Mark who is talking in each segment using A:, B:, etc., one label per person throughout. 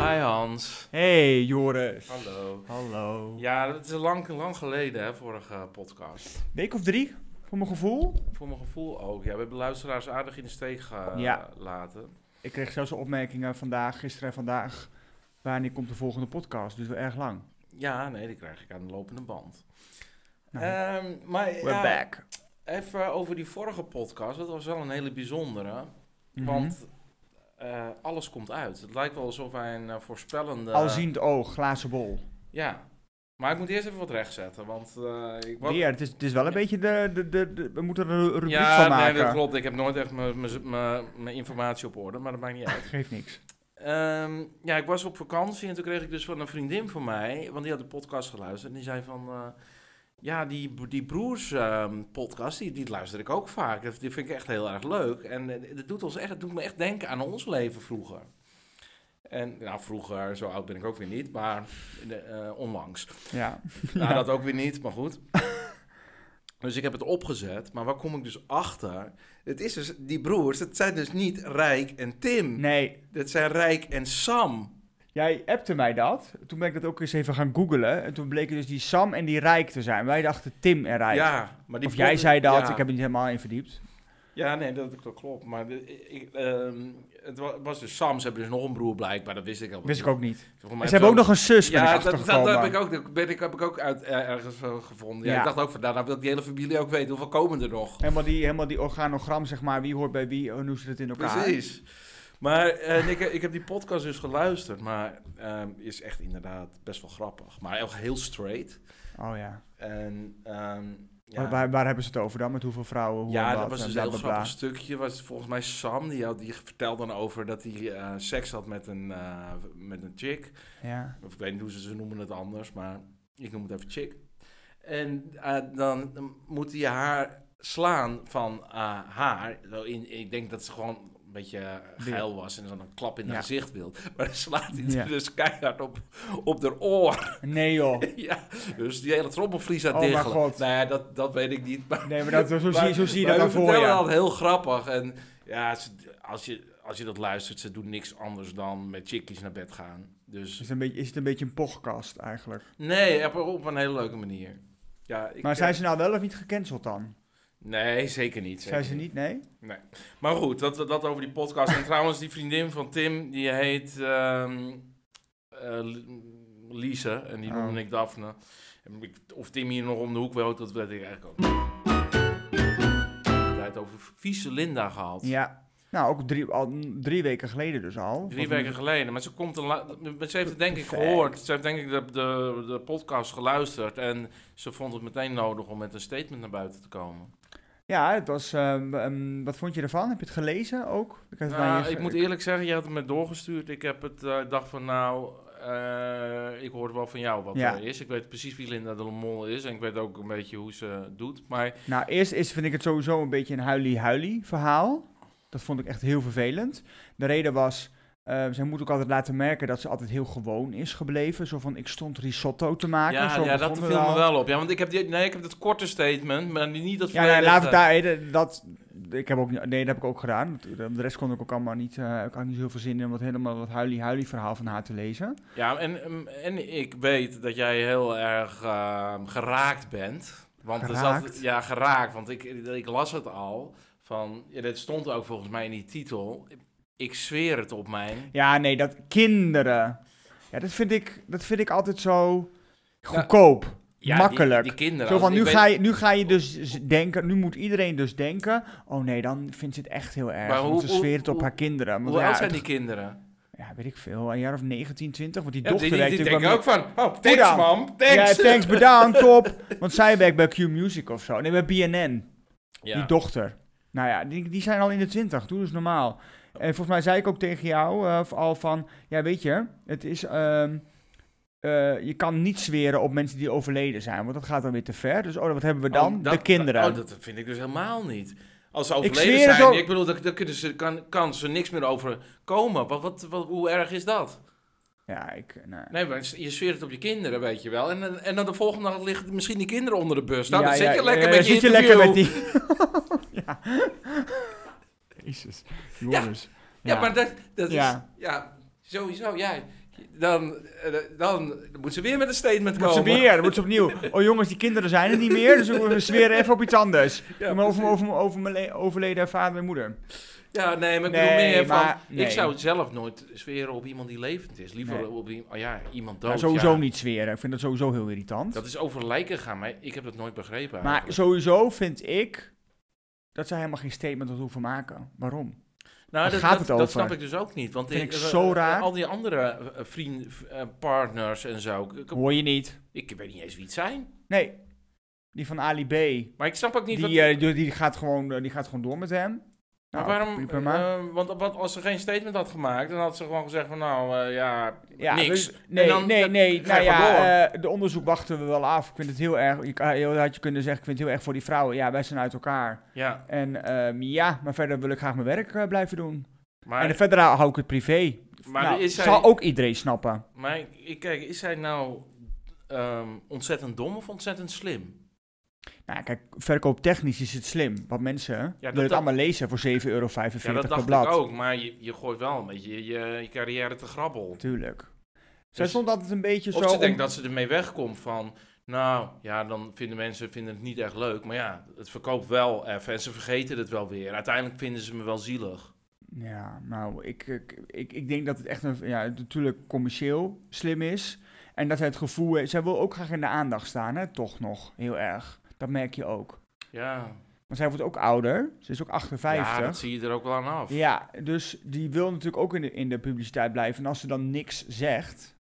A: Hans.
B: Hey Joris.
A: Hallo.
B: Hallo.
A: Ja, dat is lang, lang geleden, hè, vorige podcast.
B: Week of drie, voor mijn gevoel.
A: Voor mijn gevoel ook. Ja, we hebben luisteraars aardig in de steek
B: Ja.
A: gelaten.
B: Ik kreeg zelfs opmerkingen vandaag, gisteren en vandaag. Wanneer komt de volgende podcast? Dus wel erg lang.
A: Ja. nee, die krijg ik aan de lopende band.
B: Nou,
A: Ehm, maar
B: We're
A: ja,
B: back.
A: even over die vorige podcast. Dat was wel een hele bijzondere.
B: Mhm.
A: Want eh, alles komt uit. Het lijkt wel alsof wij een eh, voorspellende...
B: Alziend oog, glazen bol.
A: Ja. Maar ik moet eerst even wat rechtzetten, want eh, ik was...
B: Weer, het is, het is wel een beetje de, de, de, de- We moeten er een rubriek
A: Ja,
B: van
A: nee,
B: maken.
A: dat klopt. Ik heb nooit echt mijn- mijn mijn- mijn informatie op orde, maar dat maakt niet uit.
B: Geeft niks.
A: Ehm, ja, ik was op vakantie en toen kreeg ik dus van een vriendin van mij, want die had de podcast geluisterd. En die zei van, eh, ja, die, die broers ehm, podcast, die, die luister ik ook vaak. Dat, die vind ik echt heel erg leuk. En eh, dat doet, ons echt, dat doet me echt denken aan ons leven vroeger. En nou, vroeger, zo oud ben ik ook weer niet, maar eh, eh, onlangs.
B: Ja.
A: Nou, dat ook weer niet, maar goed. Dus ik heb het opgezet, maar waar kom ik dus achter? Het is dus, die broers, het zijn dus niet Rijk en Tim.
B: Nee,
A: Dat zijn Rijk en Sam.
B: Jij appte mij dat. Toen ben ik dat ook eens even gaan googlen. En toen bleken dus die Sam en die Rijk te zijn. Wij dachten Tim en Rijk.
A: Ja, maar die
B: of jij
A: broer-
B: zei dat,
A: ja.
B: ik heb er niet helemaal in verdiept.
A: Ja, nee, dat, dat klopt. Maar de- ik, ehm, het wa- was dus Sam. Ze hebben dus nog een broer blijkbaar. Dat wist ik al.
B: Wist ik ook niet.
A: Volgens mij
B: En ze hebben ook
A: hebben
B: nog een zus,
A: ze
B: ben
A: ook- Ja,
B: ik
A: dat, dat,
B: achtergekomen.
A: heb ik ook, dat ben ik, heb ik ook uit, eh, ergens eh, gevonden. Ja,
B: Ja.
A: Ik dacht ook van, nou, nou wil ik die hele familie ook weten. Hoeveel komen er nog?
B: helemaal, die, helemaal die organogram, zeg maar. Wie hoort bij wie en hoe zit het in elkaar.
A: Precies. Maar eh, ik, ik heb die podcast dus geluisterd. Maar ehm, is echt inderdaad best wel grappig. Maar ook heel straight.
B: Oh ja.
A: En, ehm, ja.
B: Waar, waar, waar hebben ze het over dan? Met hoeveel vrouwen? Hoe en
A: Ja, dat
B: wat,
A: was
B: en
A: dus een heel
B: bla, bla, bla.
A: grappig stukje. Was volgens mij Sam, die, had, die vertelde dan over dat hij eh, seks had met een, eh, met een chick.
B: Ja.
A: Of ik weet niet hoe ze, ze noemen het anders, maar ik noem het even chick. En eh, dan moet hij haar slaan van eh, haar. Zo in, ik denk dat ze gewoon een beetje eh, geil was en dan een klap in haar
B: Ja.
A: gezicht wil. Maar dan slaat hij
B: Ja.
A: dus keihard op, op haar oor.
B: Nee joh.
A: ja, dus die hele trommelvlies aan
B: Oh,
A: het
B: mijn
A: diggelen.
B: God.
A: Nou ja, dat, dat weet ik niet, maar...
B: Nee, maar dat, zo, zie, zo zie je
A: Maar
B: dat dan
A: we
B: voor
A: vertellen
B: je.
A: dat heel grappig. En ja, ze- als je, als je dat luistert, ze doen niks anders dan met chickies naar bed gaan.
B: Is
A: Dus
B: het, een beetje, is het een beetje een podcast eigenlijk.
A: nee, op, op een hele leuke manier. Ja, ik, eh,
B: Maar zijn ze nou wel of niet gecanceld dan?
A: Nee, zeker niet. zeker
B: Zijn ze niet? Nee?
A: Maar goed, dat, dat over die podcast. En trouwens, die vriendin van Tim, die heet ehm eh, Lise. En die
B: Oh.
A: noemde ik Daphne. En ik- Of Tim hier nog om de hoek woont, dat weet ik eigenlijk ook niet. We hebben het over vieze Linda gehad.
B: Ja. Nou, ook drie, al, mm, drie weken geleden dus al.
A: Drie
B: Wat een-
A: weken geleden. Maar ze, komt een la- maar ze heeft het denk ik
B: Perfect.
A: gehoord. Ze heeft denk ik de, de, de podcast geluisterd. En ze vond het meteen nodig om met een statement naar buiten te komen.
B: Ja, het was... ehm, ehm, wat vond je ervan? Heb je het gelezen ook? Ik, had het aan je
A: Nou,
B: ge-
A: ik moet eerlijk zeggen, je had het me doorgestuurd. Ik heb het, eh, ik dacht van nou, eh, ik hoor wel van jou wat
B: Ja.
A: er is. Ik weet precies wie Linda de Mol is. En ik weet ook een beetje hoe ze doet. Maar
B: Nou, eerst is, vind ik het sowieso een beetje een huilie-huilie verhaal. Dat vond ik echt heel vervelend. De reden was, eh, zij moet ook altijd laten merken dat ze altijd heel gewoon is gebleven. Zo van, ik stond risotto te maken.
A: ja,
B: zo
A: ja dat
B: begon het
A: viel me
B: al.
A: wel op. Ja, want ik heb, die, nee, ik heb het korte statement, maar niet dat
B: Ja, nee,
A: volledige.
B: laat het daar. eh, Dat, ik heb ook, niet- nee, dat heb ik ook gedaan. eh, De rest kon ik ook allemaal niet. eh ik had niet zoveel zin in om wat helemaal dat huilie-huilie verhaal van haar te lezen.
A: Ja, en, ehm, en ik weet dat jij heel erg ehm, geraakt bent. Want er zat-
B: Geraakt?
A: ja, geraakt. Want ik, ik las het al. Van, ja, dit stond ook volgens mij in die titel. Ik zweer het op mijn.
B: Ja, nee, dat kinderen. Ja, dat vind ik, dat vind ik altijd zo goedkoop.
A: Nou, Ja,
B: Makkelijk.
A: Die, die kinderen.
B: Zo van,
A: Ik
B: nu
A: weet-
B: ga, je, nu ga je dus z- denken, nu moet iedereen dus denken... oh nee, dan vindt ze het echt heel erg.
A: Maar
B: want
A: hoe-
B: ze
A: hoe-
B: sfeert het op
A: hoe-
B: haar kinderen. Want
A: Hoe
B: ja,
A: oud zijn
B: het-
A: die kinderen?
B: Ja, weet ik veel. Een jaar of 19, 20. Want die
A: Ja,
B: dochter
A: die die,
B: werkt
A: die
B: natuurlijk
A: denken
B: wel
A: ook van, oh,
B: Hoe
A: thanks
B: dan?
A: mam,
B: met-
A: thanks.
B: Ja, thanks, bedankt, top. Want zij werkt bij Q-Music of zo. Nee, bij BNN,
A: Ja.
B: die dochter. Nou ja, die, die zijn al in de 20. Doe dus normaal. En volgens mij zei ik ook tegen jou eh, al van... Ja, weet je, het is... ehm, eh, je kan niet zweren op mensen die overleden zijn. Want dat gaat dan weer te ver. Dus oh, wat hebben we dan?
A: Oh, dat-
B: de kinderen.
A: Oh, dat vind ik dus helemaal niet. Als ze
B: zweer
A: overleden
B: het
A: zijn,
B: ook.
A: ik bedoel, daar daar kunnen ze, kan, kan ze niks meer over komen. Wat, wat, wat, hoe erg is dat?
B: Ja, ik... Nou,
A: Nee, maar je zweert het op je kinderen, weet je wel. En, dan- en dan de volgende dag liggen misschien die kinderen onder de bus. Nou,
B: Ja,
A: dan zit
B: ja,
A: je lekker
B: ja,
A: met je
B: zit je
A: interview.
B: lekker met die. ja. Jezus.
A: Ja, maar dat, dat
B: Ja.
A: is... Ja, sowieso. Ja, Dan, eh, dan moet ze weer met een statement
B: Moet ze
A: komen.
B: weer, dan moet ze opnieuw. Oh jongens, die kinderen zijn er niet meer, dus we zweren even op iets anders.
A: Ja,
B: maar over,
A: precies.
B: over, over mijn le- overleden vader en moeder.
A: Ja, nee, maar ik
B: Nee,
A: bedoel meer
B: maar-
A: van...
B: nee.
A: Ik zou zelf nooit zweren op iemand die levend is. Liever
B: Nee.
A: op iemand... Oh ja, iemand dood.
B: Maar sowieso
A: ja.
B: niet zweren. Ik vind dat sowieso heel irritant.
A: Dat is over lijken gaan, maar ik heb dat nooit begrepen
B: maar
A: eigenlijk.
B: sowieso vind ik dat zij helemaal geen statement had hoeven maken. Waarom?
A: Nou,
B: Waar
A: dat,
B: gaat
A: dat,
B: het
A: dat
B: over?
A: snap ik dus ook niet. Want
B: Vind ik
A: eh,
B: zo
A: eh,
B: raar.
A: Al die andere eh, vriend, eh, partners en zo. Ik,
B: Hoor je niet?
A: ik weet niet eens wie het zijn.
B: Nee. Die van Ali B.
A: Maar ik snap ook niet...
B: Die,
A: wat,
B: eh, die, die gaat gewoon, eh, die gaat gewoon door met hem.
A: maar
B: Nou,
A: waarom...
B: prima maar.
A: eh, want, want als ze geen statement had gemaakt, dan had ze gewoon gezegd van... Nou, eh, ja,
B: Ja,
A: niks.
B: dus-
A: En
B: nee,
A: dan-
B: nee,
A: dan
B: nee.
A: ga
B: nou
A: je gewoon
B: ja,
A: door.
B: eh, de onderzoek wachten we wel af. Ik vind het heel erg. Je, kan- je had je kunnen zeggen, ik vind het heel erg voor die vrouwen. Ja, wij zijn uit elkaar.
A: ja,
B: En ehm, ja, maar verder wil ik graag mijn werk eh, blijven doen.
A: maar...
B: en verder hou ik het privé.
A: maar
B: nou,
A: is zij-
B: zal ook iedereen snappen.
A: Maar ik- kijk, is hij nou ehm, ontzettend dom of ontzettend slim?
B: Nou, kijk, verkooptechnisch is het slim. Want mensen willen het
A: dat-
B: allemaal lezen voor 7,45 euro
A: Ja, dat
B: per
A: dacht
B: blad.
A: ik ook. Maar je, je gooit wel een beetje je, je, je carrière te grabbel.
B: Tuurlijk. Zij
A: Dus-
B: stond altijd een beetje zo...
A: Of ze
B: om-
A: denkt dat ze ermee wegkomt van... Nou, ja, dan vinden mensen vinden het niet echt leuk. Maar ja, het verkoopt wel even. En ze vergeten het wel weer. Uiteindelijk vinden ze me wel zielig.
B: Ja, nou, ik, ik, ik, ik denk dat het echt een, ja, het natuurlijk commercieel slim is. En dat zij het gevoel heeft, zij wil ook graag in de aandacht staan, hè? toch nog, heel erg. Dat merk je ook.
A: Ja,
B: Maar zij wordt ook ouder, ze is ook 58.
A: ja dat zie je er ook wel aan af.
B: Ja, dus die wil natuurlijk ook in de, in de publiciteit blijven. En als ze dan niks zegt,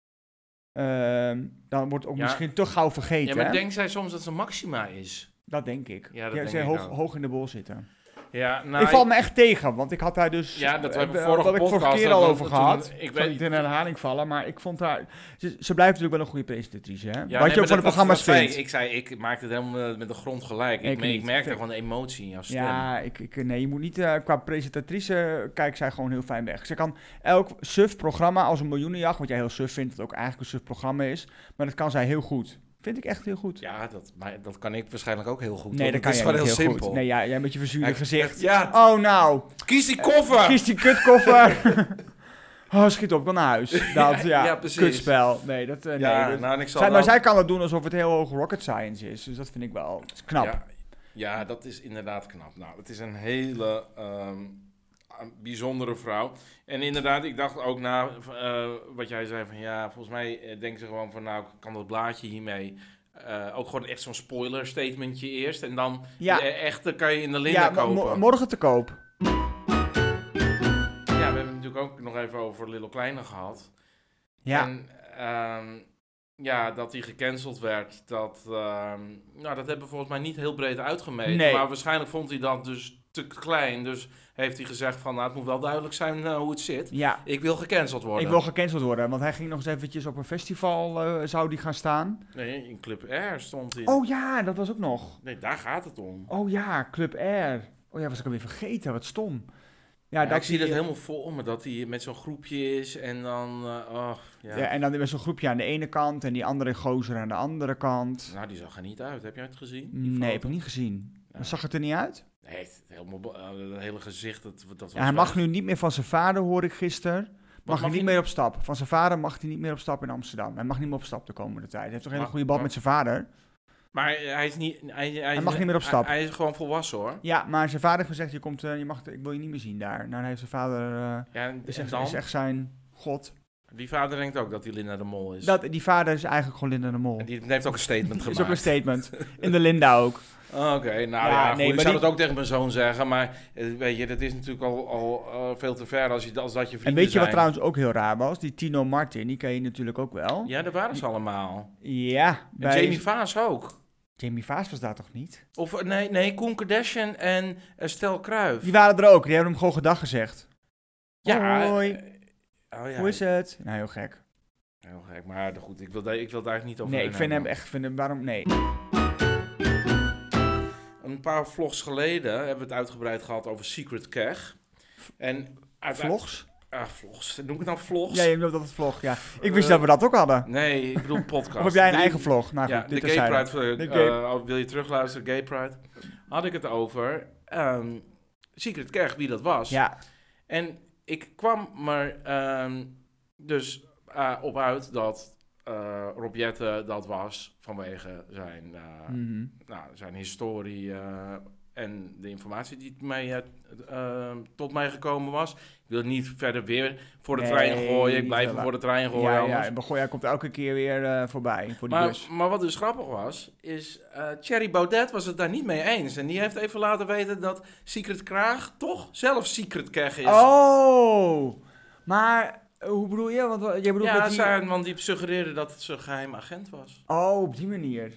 B: ehm, dan wordt het ook
A: Ja.
B: misschien te gauw vergeten.
A: Ja, maar
B: hè?
A: denkt zij soms dat ze Maxima is?
B: Dat denk ik.
A: Ja, dat
B: Ja,
A: denk
B: zij
A: ik
B: hoog,
A: ook.
B: hoog in de bol zitten.
A: Ja, nou,
B: ik val me echt tegen, want ik had daar dus...
A: Ja, dat
B: eh,
A: hebben we
B: eh,
A: vorige
B: had ik vorige
A: podcast,
B: keer
A: dat
B: al
A: we-
B: over
A: toen-
B: gehad.
A: ik
B: Ik zal
A: weet-
B: niet in herhaling vallen, maar ik vond haar... Ze, ze blijft natuurlijk wel een goede presentatrice, hè?
A: Ja,
B: Wat
A: nee,
B: je ook van
A: maar dat-
B: de
A: dat-
B: programma's
A: dat zei
B: vindt.
A: Ik, ik zei, ik maakte het helemaal eh, met de grond gelijk. Ik,
B: Ik
A: me- ik
B: niet.
A: merkte gewoon de emotie in jouw stem.
B: ja, ik, ik, nee, je moet niet... eh, qua presentatrice kijkt zij gewoon heel fijn weg. Ze kan elk suf programma als een miljoenenjacht... wat jij heel suf vindt, dat ook eigenlijk een suf programma is... maar dat kan zij heel goed. Vind ik echt heel goed.
A: Ja, dat, maar dat kan ik waarschijnlijk ook heel goed.
B: nee,
A: want
B: dat
A: het
B: kan
A: is
B: jij
A: gewoon
B: niet
A: heel,
B: heel
A: simpel.
B: goed. Nee, ja, jij met je verzuurde
A: Hij-
B: gezicht.
A: Ja,
B: Oh, nou...
A: kies die koffer!
B: Kies die kutkoffer. oh, schiet op, dan naar huis. Dat, ja,
A: ja, precies.
B: kutspel. Nee, dat... eh,
A: ja,
B: nee, dat-
A: nou, en ik zal
B: zij, maar
A: wel-
B: zij kan het doen alsof het heel hoog rocket science is. Dus dat vind ik wel dat is knap.
A: Ja, ja, dat is inderdaad knap. Nou, het is een hele ehm, bijzondere vrouw. En inderdaad, ik dacht ook na eh, wat jij zei van ja, volgens mij eh, denken ze gewoon van nou, kan dat blaadje hiermee... eh, ook gewoon echt zo'n spoiler statementje eerst. En dan
B: Ja.
A: de echte kan je in de linda
B: Ja, mo-
A: kopen.
B: mo- morgen te koop.
A: Ja, we hebben het natuurlijk ook nog even over Lil Kleine gehad.
B: Ja,
A: En ehm, ja, dat die gecanceld werd, dat, ehm, nou, dat hebben we volgens mij niet heel breed uitgemeten.
B: Nee.
A: Maar waarschijnlijk vond hij dat dus te klein. Dus heeft hij gezegd van, nou, het moet wel duidelijk zijn eh, hoe het zit.
B: ja.
A: Ik wil gecanceld worden.
B: Ik wil gecanceld worden, want hij ging nog eens eventjes op een festival, eh, zou die gaan staan.
A: Nee, in Club Air stond hij.
B: Oh ja, dat was ook nog.
A: Nee, daar gaat het om.
B: Oh ja, Club Air. Oh ja, was ik alweer vergeten, wat stom. Ja,
A: Ja, ik zie dat
B: die-
A: helemaal vol, maar dat hij met zo'n groepje is en dan... eh oh, ja.
B: Ja. en dan was zo'n groepje aan de ene kant en die andere gozer aan de andere kant.
A: Nou, die zag er niet uit. Heb jij het gezien? die
B: Nee,
A: foto?
B: heb ik niet gezien.
A: Ja.
B: Zag het er niet uit?
A: Nee, het, helemaal, bo- eh, dat hele gezicht, dat, dat was
B: Ja, hij mag
A: wel-
B: nu niet meer van zijn vader, hoor ik gisteren. Mag,
A: mag
B: hij niet
A: hij-
B: meer op stap. Van zijn vader mag hij niet meer op stap in Amsterdam. Hij mag niet meer op stap de komende tijd. Hij heeft toch een hele
A: Maar-
B: goede band
A: maar-
B: met zijn vader.
A: Maar hij is niet... Hij, hij, is-
B: mag niet meer op stap.
A: Hij, hij is gewoon volwassen, hoor.
B: Ja, maar zijn vader heeft gezegd, je komt, eh, je mag, ik wil je niet meer zien daar. Nou, dan heeft zijn vader, eh,
A: Ja, en,
B: is,
A: en
B: echt,
A: dan?
B: is echt zijn god.
A: Die vader denkt ook dat hij Linda de Mol is.
B: Dat, die vader is eigenlijk gewoon Linda de Mol.
A: En die heeft ook een statement
B: Dat
A: gemaakt.
B: is ook een statement. In de Linda ook.
A: Oké, nou
B: Ja,
A: ja,
B: nee,
A: goed, ik
B: maar
A: zou
B: die-
A: dat ook tegen mijn zoon zeggen, maar eh, weet je, dat is natuurlijk al, al eh, veel te ver als, je, als dat je vrienden
B: En weet je wat
A: zijn.
B: trouwens ook heel raar was? Die Tino Martin, die ken je natuurlijk ook wel.
A: Ja, daar waren ze allemaal.
B: Ja,
A: En
B: bij...
A: Jamie Vaas ook.
B: Jamie Vaas was daar toch niet?
A: Of eh, nee, nee, Koen Kardashian en eh, Stel Kruijf.
B: Die waren er ook. Die hebben hem gewoon gedag gezegd.
A: Ja,
B: Hoi.
A: eh, oh ja.
B: Hoe is het? Nou, heel gek.
A: Heel gek, maar goed, ik wil, daar- ik wil daar eigenlijk niet over
B: Nee, ik
A: hebben.
B: vind hem echt... Vind hem, waarom? Nee.
A: Een paar vlogs geleden hebben we het uitgebreid gehad over Secret Keg. En uiteindelijk-
B: Vlogs?
A: Ah, vlogs. Noem ik het nou vlogs?
B: Ja, je noemt dat het vlog, ja. Ik wist
A: Eh,
B: dat we dat ook hadden.
A: Nee, ik bedoel podcast.
B: Of heb jij een
A: Die-
B: eigen vlog? Nou
A: Ja,
B: goed, dit
A: de
B: is
A: Gay Pride. eh,
B: De gay-
A: eh, wil je terugluisteren, Gay Pride? Had ik het over. ehm, Secret Keg, wie dat was.
B: Ja,
A: En ik kwam maar ehm, dus eh, op uit dat eh Rob Jetten dat was vanwege zijn, eh,
B: Mhm.
A: nou, zijn historie eh, en de informatie die mij, eh, eh, tot mij gekomen was. Ik wil het niet verder weer voor de
B: Nee,
A: trein gooien. Ik
B: niet
A: blijf hem
B: wel waar.
A: voor de trein gooien.
B: Ja,
A: anders.
B: ja, Begoya komt elke keer weer eh, voorbij voor die
A: maar,
B: bus.
A: maar wat dus grappig was, is eh Thierry Baudet was het daar niet mee eens. En die heeft even laten weten dat Secret Kraag toch zelf Secret Keg is.
B: Oh! Maar eh, hoe bedoel je? Want eh, je bedoelt
A: ja,
B: dat die...
A: zijn, want die suggereerde dat het zijn geheim agent was.
B: Oh, op die manier.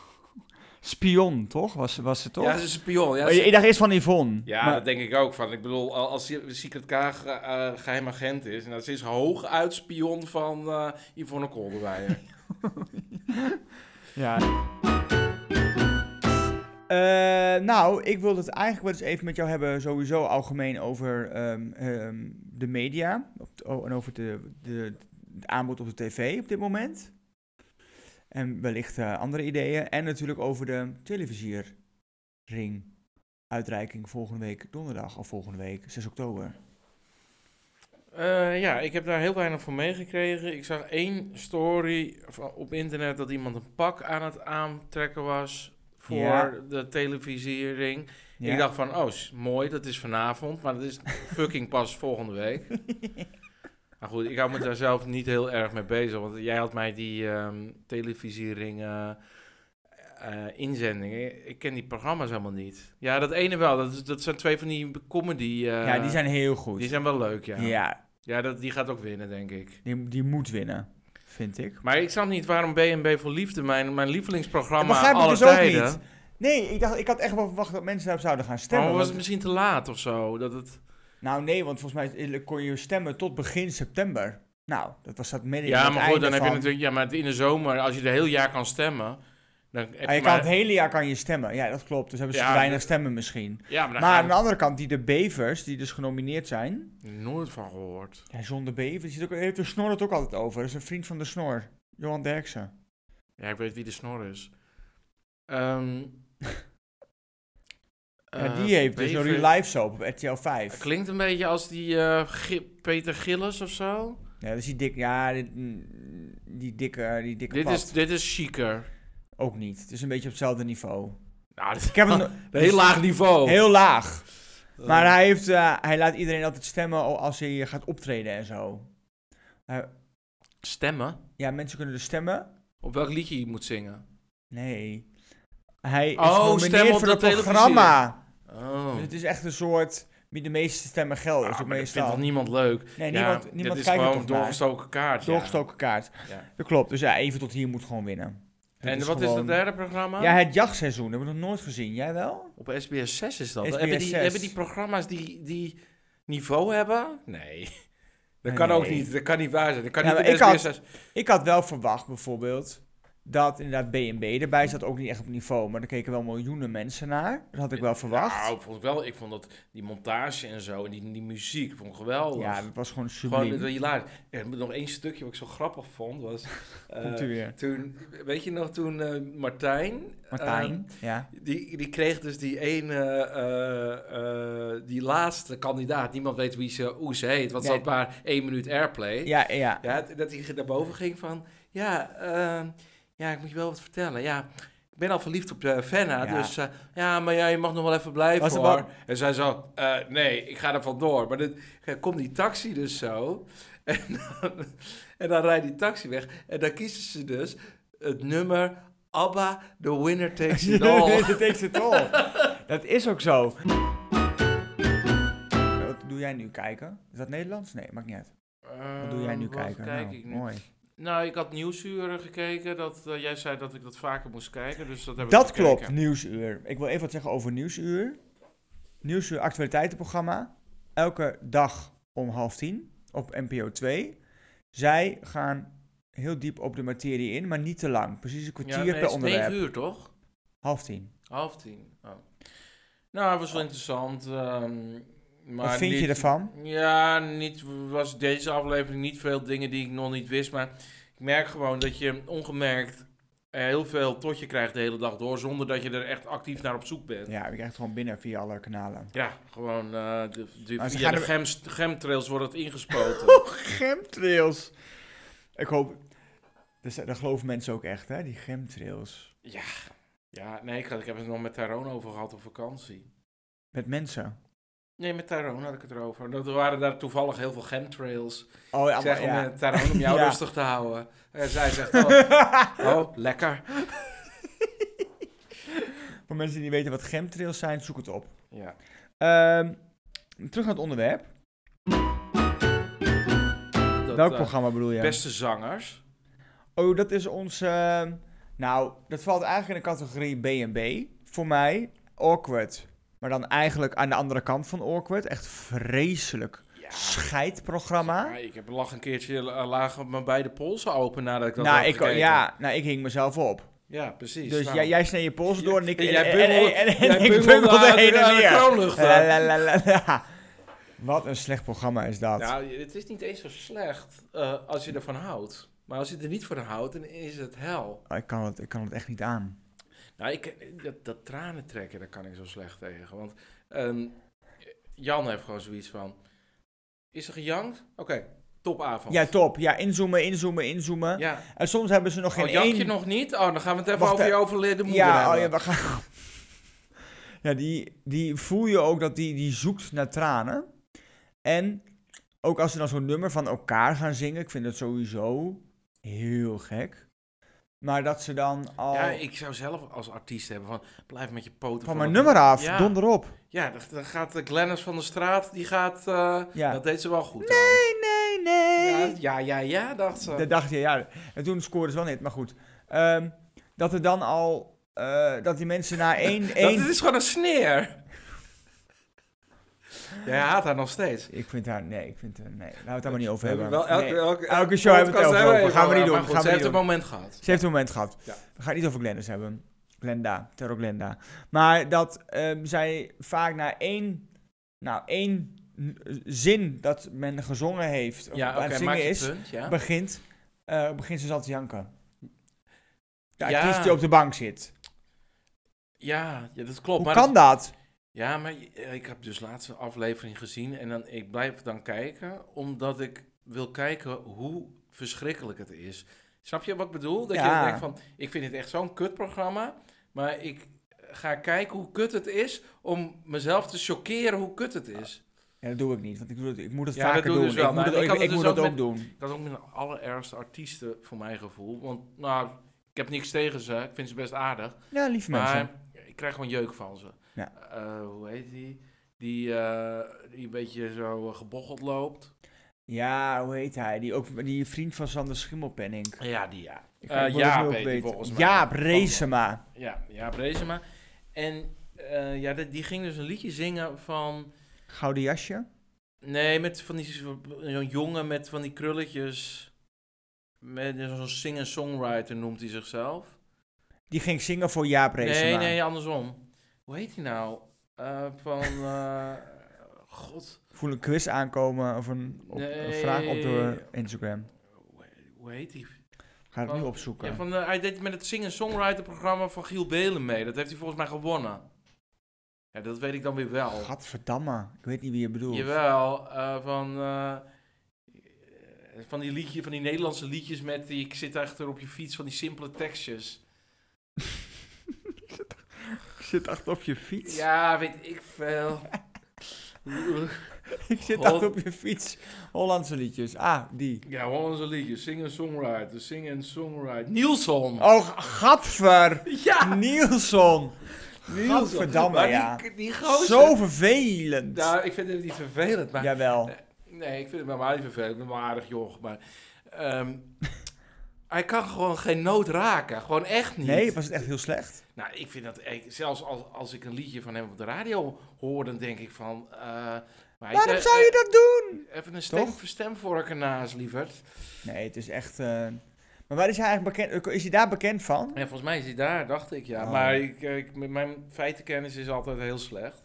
B: Spion, toch? Was, was ze toch?
A: Ja, ze is een spion. Ja,
B: Oh,
A: ze-
B: ik dacht eerst van Yvonne.
A: ja
B: maar-
A: dat denk ik ook. Van. Ik bedoel, al- als die Secret Kraag eh, eh, geheim agent is, en dat is hooguit spion van eh Yvonne Kolderweijer.
B: Ja. Eh, nou, ik wilde het eigenlijk wel eens even met jou hebben, sowieso algemeen over ehm, ehm, de media. Op de- oh, en over de, de, het aanbod op de tv op dit moment. En wellicht eh, andere ideeën. En natuurlijk over de televisierring. Uitreiking volgende week donderdag, of volgende week 6 oktober.
A: Eh, ja, ik heb daar heel weinig van meegekregen. Ik zag één story van- op internet dat iemand een pak aan het aantrekken was voor
B: Ja.
A: de televisiering. Ik dacht van, oh, s- mooi, dat is vanavond, maar dat is fucking pas volgende week. Maar goed, ik hou me daar zelf niet heel erg mee bezig, want jij had mij die ehm televisiering eh, eh, inzendingen. Ik ken die programma's helemaal niet. Ja, dat ene wel. Dat, is- dat zijn twee van die comedy. eh,
B: ja, die zijn heel goed.
A: die zijn wel leuk, ja.
B: ja,
A: Ja, dat, die gaat ook winnen, denk ik.
B: die, die moet winnen, vind ik.
A: Maar ik snap niet waarom B&B voor Liefde, mijn, mijn lievelingsprogramma
B: Dat begrijp ik
A: alle
B: dus ook
A: tijden...
B: niet. Nee, ik, dacht, ik had echt wel verwacht dat mensen daarop zouden gaan stemmen.
A: maar was het
B: want-
A: misschien te laat of zo? Dat het...
B: Nou nee, want volgens mij kon je stemmen tot begin september. Nou, dat was dat midden in
A: Ja,
B: het
A: maar goed, dan
B: einde
A: heb je
B: van-
A: natuurlijk... Ja, maar in de zomer, als je het hele jaar kan stemmen... Dan heb
B: Ah, je
A: je
B: kan
A: maar,
B: het hele jaar kan je stemmen. Ja, dat klopt. Dus hebben ze
A: Ja,
B: te weinig
A: dat-
B: stemmen misschien.
A: ja, maar, dan
B: Maar
A: gaan-
B: aan de andere kant, die de bevers, die dus genomineerd zijn.
A: Nooit van gehoord.
B: Ja, zonder bever, die zit ook, heeft de snor het ook altijd over. Dat is een vriend van de snor. Johan Derksen.
A: Ja, ik weet wie de snor is. Ehm
B: ja,
A: eh,
B: die heeft dus
A: Bever-
B: nog die live soap op RTL 5.
A: Klinkt een beetje als die eh, Gi- Peter Gillis of zo.
B: Ja, dat is die dik, ja, dit- mm, die dikke, die dikke
A: Dit
B: pad.
A: is, dit is chiquer.
B: Ook niet. Het is een beetje op hetzelfde niveau.
A: Nou, dit
B: Ik heb hem
A: een heel laag niveau.
B: Heel laag. Maar
A: Oh.
B: hij, heeft, eh, hij laat iedereen altijd stemmen al- als hij gaat optreden en zo.
A: Stemmen?
B: Ja, mensen kunnen dus stemmen.
A: Op welk liedje je moet zingen?
B: Nee. Hij
A: Oh, stemmen
B: is genomineerd
A: op
B: voor
A: dat
B: het programma.
A: Oh.
B: Dus het is ook meestal. wie de meeste stemmen geldt. is
A: Ah,
B: ook
A: maar dat vindt
B: meestal.
A: toch niemand leuk?
B: Nee,
A: Ja,
B: niemand, niemand
A: dit is
B: kijkt er
A: gewoon
B: toch naar.
A: doorgestoken kaart. ja.
B: Doorgestoken kaart.
A: Ja.
B: Dat klopt. Dus ja, even tot hier moet gewoon winnen. Dat
A: En wat is
B: gewoon-
A: het derde programma?
B: Ja, het jachtseizoen. Dat hebben we nog nooit gezien. Jij wel?
A: Op SBS 6 is dat.
B: SBS
A: Hebben, die,
B: 6.
A: hebben die programma's die, die niveau hebben? Nee. Dat
B: Nee.
A: kan ook niet. Dat kan niet waar zijn. Dat kan
B: Ja,
A: niet
B: maar
A: op
B: ik
A: SBS
B: had-
A: 6.
B: Ik had wel verwacht bijvoorbeeld dat inderdaad BNB erbij zat. Ook niet echt op niveau, maar er keken wel miljoenen mensen naar. Dat had ik wel verwacht.
A: Nou, ik vond wel. Ik vond dat die montage en zo en die, die muziek ik vond ik geweldig.
B: Ja, dat was gewoon
A: Gewoon
B: subliem.
A: dat je laat. En nog één stukje wat ik zo grappig vond was. eh,
B: Komt u weer.
A: toen, weet je nog, toen eh, Martijn.
B: Martijn,
A: eh,
B: ja.
A: Die, die kreeg dus die ene, eh, eh, die laatste kandidaat. Niemand weet wie ze, hoe ze heet, want ze
B: Nee.
A: had maar één minuut airplay.
B: Ja, ja.
A: Ja, t- dat hij naar boven ging van... Ja, ehm, ja, ik moet je wel wat vertellen. Ja, ik ben al verliefd op eh Fenna,
B: Ja.
A: dus... eh, ja, maar ja, je mag nog wel even blijven,
B: Was het
A: hoor.
B: wel-
A: En zij zo... eh, nee, ik ga er vandoor. Maar dan komt die taxi dus zo. En dan, en dan rijdt die taxi weg. En dan kiezen ze dus het nummer... ABBA, The Winner Takes It All.
B: Dat takes it all. Dat is ook zo. Wat doe jij nu kijken? Is dat Nederlands? Nee, maakt niet uit. Wat doe jij nu
A: Ehm, wat
B: kijken?
A: kijk
B: Nou,
A: ik nu?
B: mooi.
A: Nou, ik had Nieuwsuren gekeken. Dat, eh, jij zei dat ik dat vaker moest kijken, dus dat heb ik
B: Dat
A: gekeken.
B: klopt, Nieuwsuur. Ik wil even wat zeggen over Nieuwsuur. Nieuwsuur actualiteitenprogramma. Elke dag om half tien op NPO 2. Zij gaan heel diep op de materie in, maar niet te lang. Precies een kwartier
A: Ja, nee, het
B: per
A: is negen
B: onderwerp.
A: uur, toch?
B: Half tien.
A: Half tien. Oh. Nou, het was wel interessant. ehm, maar
B: Wat vind je
A: niet-
B: ervan?
A: Ja, niet, was deze aflevering niet veel dingen die ik nog niet wist. Maar ik merk gewoon dat je ongemerkt eh, heel veel tot je krijgt de hele dag door. Zonder dat je er echt actief naar op zoek bent. Ja,
B: Ja, ik krijg het gewoon binnen via alle kanalen.
A: gewoon eh de, de-
B: Maar ze
A: via
B: gaan
A: de
B: er-
A: gems, gemtrails wordt het ingespoten.
B: Gemtrails. Oh, Ik hoop... Dus, eh, dat geloven mensen ook echt, hè? Die chemtrails.
A: Ja, nee, ik, had, ik heb het nog met Tyrone over gehad op vakantie.
B: Met mensen.
A: Nee, met Tyrone had ik het erover. Dat Er waren daar toevallig heel veel chemtrails.
B: Oh ja,
A: Ik zeg
B: maar, ja.
A: om eh, Tyrone om jou
B: Ja.
A: rustig te houden. En zij zegt, oh, oh, lekker.
B: Voor mensen die niet weten wat chemtrails zijn, zoek het op.
A: Ja.
B: Ehm, terug naar het onderwerp.
A: Dat,
B: Welk
A: eh,
B: programma bedoel je?
A: Beste zangers.
B: Oh, dat is ons. ehm, nou, dat valt eigenlijk in de categorie B&B. Voor mij awkward. Maar dan eigenlijk aan de andere kant van awkward. Echt vreselijk.
A: Ja.
B: Scheidprogramma.
A: Ja, ik heb lag een keertje eh, laag op mijn beide polsen open nadat ik dat
B: Nou
A: had
B: ik,
A: gekeken.
B: ja, nou, ik hing mezelf op.
A: ja, precies.
B: Dus
A: nou.
B: jij, jij snee je pols door en ik,
A: En
B: en,
A: jij
B: en,
A: bungelde-
B: en- en-
A: jij
B: en ik
A: bungelde
B: bungelde
A: aan de-
B: heen en
A: aan de
B: weer.
A: kroonlucht, hè?
B: La, la, la, la, la. Wat een slecht programma is dat.
A: Nou, het is niet eens zo slecht eh, als je ervan houdt. Maar als je er niet van houdt, dan is het hel.
B: Ik, kan het, ik kan het echt niet aan.
A: Nou, ik, dat, dat tranen trekken, daar kan ik zo slecht tegen. Want ehm, Jan heeft gewoon zoiets van... Is er gejankt? Oké, topavond.
B: Ja, top. Ja, inzoomen, inzoomen, inzoomen.
A: ja.
B: En soms hebben ze nog geen
A: Oh, jank je
B: één...
A: nog niet? Oh, dan gaan we het even
B: Wacht,
A: over je
B: eh,
A: overleden moeder
B: Ja,
A: hebben.
B: oh ja, we gaan. Ja, die, die voel je ook dat die, die zoekt naar tranen. En ook als ze dan zo'n nummer van elkaar gaan zingen, ik vind dat sowieso heel gek. Maar dat ze dan al
A: Ja, ik zou zelf als artiest hebben van... Blijf met je poten
B: oh, van mijn
A: dat-
B: nummer af,
A: Ja.
B: donder op.
A: Ja, dan, dan gaat de Glennis van de Straat, die gaat... eh,
B: Ja.
A: Dat deed ze wel goed. trouwens.
B: Nee, nee, nee.
A: Ja, ja, ja, ja, dacht ze.
B: Dat dacht je, ja. En toen scoorden ze wel niet, maar goed. Ehm, dat er dan al, eh, dat die mensen na één...
A: Dat
B: één...
A: is gewoon een sneer. Jij haat haar nog steeds.
B: Ik vind haar, nee, ik vind haar, nee. Laten we het daar maar niet over hebben.
A: wel elke,
B: Nee.
A: elke,
B: Elke show hebben we het
A: podcast
B: over.
A: even
B: Gaan we niet
A: over,
B: doen,
A: maar goed,
B: gaan
A: ze
B: we
A: heeft
B: niet
A: een moment gehad.
B: Ze heeft een moment gehad.
A: Ja.
B: We gaan het niet over Glennis hebben. Glenda, Terror Glenda. Maar dat ehm, zij vaak na één, nou, één n- zin dat men gezongen heeft, of
A: Ja,
B: aan
A: oké,
B: het
A: maak
B: zingen
A: je
B: is,
A: punt. Ja.
B: begint, eh, begint ze zelf te janken. De
A: Ja.
B: artiest die op de bank zit.
A: Ja, ja, dat klopt.
B: Hoe
A: maar
B: kan dat?
A: Ja, maar je- ik heb dus laatst een aflevering gezien en dan, ik blijf dan kijken, omdat ik wil kijken hoe verschrikkelijk het is. Snap je wat ik bedoel? Dat
B: Ja.
A: je denkt van, ik vind dit echt zo'n kutprogramma, maar ik ga kijken hoe kut het is om mezelf te chockeren hoe kut het is.
B: Ja, dat doe ik niet, want ik, doe het, ik moet het
A: Ja,
B: vaker
A: dat doe je
B: doen.
A: dus wel.
B: Ik moet,
A: Nou,
B: het,
A: ik
B: ook-
A: had
B: ik
A: het
B: moet
A: dus
B: dat
A: ook
B: ook doen.
A: Dat is ook met de allerergste artiesten voor mijn gevoel, want nou, ik heb niks tegen ze, ik vind ze best aardig.
B: Ja, lieve
A: Maar
B: mensen.
A: ik krijg gewoon jeuk van ze.
B: Ja.
A: Eh, hoe heet die? Die, eh, die een beetje zo eh, gebocheld loopt.
B: Ja, hoe heet hij? Die, ook, die vriend van Sander Schimmelpenning.
A: Ja, die ja.
B: Ik ga- ik
A: Eh,
B: word het
A: Jaap
B: nu ook
A: heet die
B: beter.
A: volgens mij.
B: Jaap
A: Van-
B: Reesema.
A: Ja, Jaap Reesema. En eh, ja, die, die ging dus een liedje zingen van...
B: Gouden jasje.
A: Nee, met van die zo'n jongen met van die krulletjes. Met zo'n singer-songwriter noemt hij zichzelf.
B: Die ging zingen voor Jaap
A: Nee,
B: Reesema.
A: nee, andersom. Hoe heet hij nou? Eh, van... eh, God.
B: Voel een quiz aankomen of een, op- een vraag op de
A: Nee.
B: Instagram.
A: Hoe, hoe heet die?
B: Ga het
A: Wat?
B: nu opzoeken.
A: Ja, van de- hij deed met het singer-songwriter-programma van Giel Belen mee. Dat heeft hij volgens mij gewonnen. Ja, dat weet ik dan weer wel.
B: Gadverdamme. Ik weet niet wie je bedoelt.
A: Jawel, eh, van, eh, van, die liedje, van die Nederlandse liedjes met die ik zit achter op je fiets, van die simpele tekstjes.
B: Ik zit achter op je fiets.
A: Ja, weet ik veel.
B: ik zit
A: God.
B: achter op je fiets. Hollandse liedjes. Ah, die.
A: ja, Hollandse liedjes, singer-songwriter, singer-songwriter. Nielsen!
B: Oh, g- gadver.
A: Ja,
B: Nielsen.
A: Nielsen.
B: Gadverdamme,
A: Maar
B: ja.
A: Die, die gozer...
B: Zo vervelend.
A: Nou, ik vind het niet vervelend, maar...
B: Jawel.
A: Nee, ik vind het helemaal niet vervelend. Ik ben wel een aardig joch, maar... ehm, hij kan gewoon geen nood raken. Gewoon echt niet.
B: Nee, was het echt heel slecht?
A: Nou, ik vind dat... echt- Zelfs als, als ik een liedje van hem op de radio hoor, dan denk ik van... eh, maar
B: Waarom zou je dat doen?
A: dat... Even een stem,
B: Toch?
A: stemvork ernaast, lieverd.
B: Nee, het is echt... eh, Maar waar is hij eigenlijk bekend... Eh, Is hij daar bekend van?
A: En volgens mij is hij daar, dacht ik, ja.
B: Oh.
A: Maar ik, eh, ik, met mijn feitenkennis is altijd heel slecht.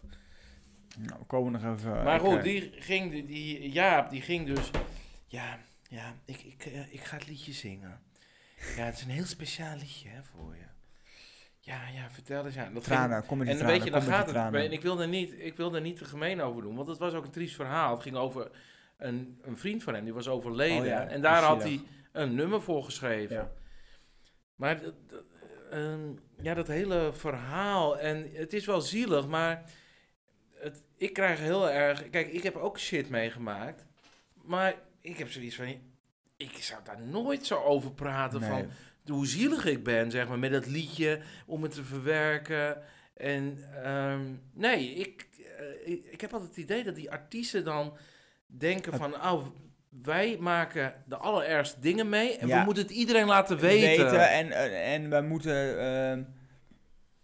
B: Nou, we komen nog even...
A: maar
B: ik,
A: goed,
B: eh,
A: die ging... Die, die, Jaap, die ging dus... Ja, ja ik, ik, eh, ik ga het liedje zingen. Ja, het is een heel speciaal liedje hè, voor je. Ja, ja, vertel eens aan. Dat ging-
B: Tranen, kom met die
A: en
B: tranen,
A: weet je, dan
B: kom met die
A: gaat het.
B: tranen.
A: En ik wil, er niet, ik wil er niet te gemeen over doen, want het was ook een triest verhaal. Het ging over een, een vriend van hem, die was overleden.
B: Oh ja,
A: en daar had hij
B: zielig.
A: een nummer voor geschreven.
B: Ja.
A: Maar d- d- ehm, ja, dat hele verhaal. En het is wel zielig, maar het, ik krijg heel erg. Kijk, ik heb ook shit meegemaakt. Maar ik heb zoiets van. Ik zou daar nooit zo over praten. Van,
B: Nee.
A: hoe zielig ik ben, zeg maar, met dat liedje, om het te verwerken. En ehm, nee, ik, eh, ik, ik heb altijd het idee dat die artiesten dan denken van, oh, wij maken de allerergste dingen mee en
B: Ja.
A: we moeten het iedereen laten weten.
B: en, eh, en we moeten... ehm,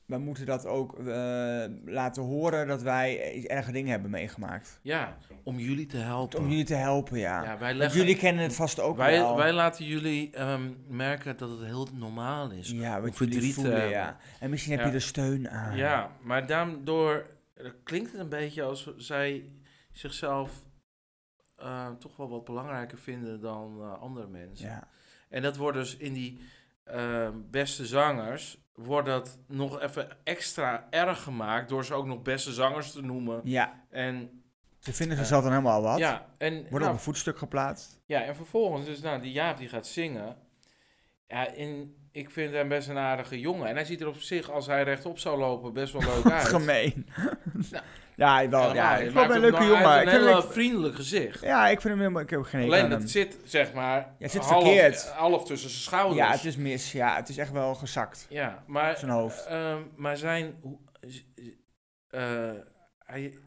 B: we moeten dat ook eh, laten horen dat wij eh, erge dingen hebben meegemaakt.
A: Ja, om jullie te helpen.
B: Om jullie te helpen, ja.
A: ja, wij,
B: Want
A: leggen,
B: jullie kennen het vast ook
A: wij,
B: wel.
A: wij laten jullie ehm, merken dat het heel normaal is.
B: ja,
A: hoe
B: wat jullie
A: verdriet,
B: voelen,
A: eh,
B: ja. En misschien heb
A: ja.
B: je er steun aan.
A: Ja, maar daardoor eh, klinkt het een beetje alsof zij zichzelf eh, toch wel wat belangrijker vinden dan eh, andere mensen.
B: Ja.
A: En dat wordt dus in die eh, beste zangers, wordt dat nog even extra erg gemaakt door ze ook nog beste zangers te noemen.
B: ja.
A: En,
B: Ze vinden
A: Eh,
B: zichzelf dan helemaal wat.
A: ja, en,
B: Worden op
A: nou,
B: een voetstuk geplaatst.
A: ja, en vervolgens, dus nou, die Jaap die gaat zingen. Ja, en ik vind hem best een aardige jongen. En hij ziet er op zich, als hij rechtop zou lopen, best wel leuk uit.
B: Gemeen. ja,
A: Helemaal.
B: wel, ja. Ik
A: Hij
B: vind hem
A: maakt
B: een
A: ook
B: leuke
A: nog- hij
B: jongen.
A: heeft
B: Ik
A: Een
B: vind hem
A: heel
B: leuk-
A: vriendelijk gezicht.
B: Ja, ik vind hem helemaal... Ik heb geen idee
A: Alleen
B: aan
A: dat
B: hem.
A: het zit, zeg maar,
B: Ja, het zit
A: half,
B: verkeerd.
A: half tussen zijn schouders.
B: Ja, het is mis. Ja, het is echt wel gezakt.
A: Ja, maar,
B: Zijn hoofd.
A: ehm, maar zijn... hoe- z- z- eh, hij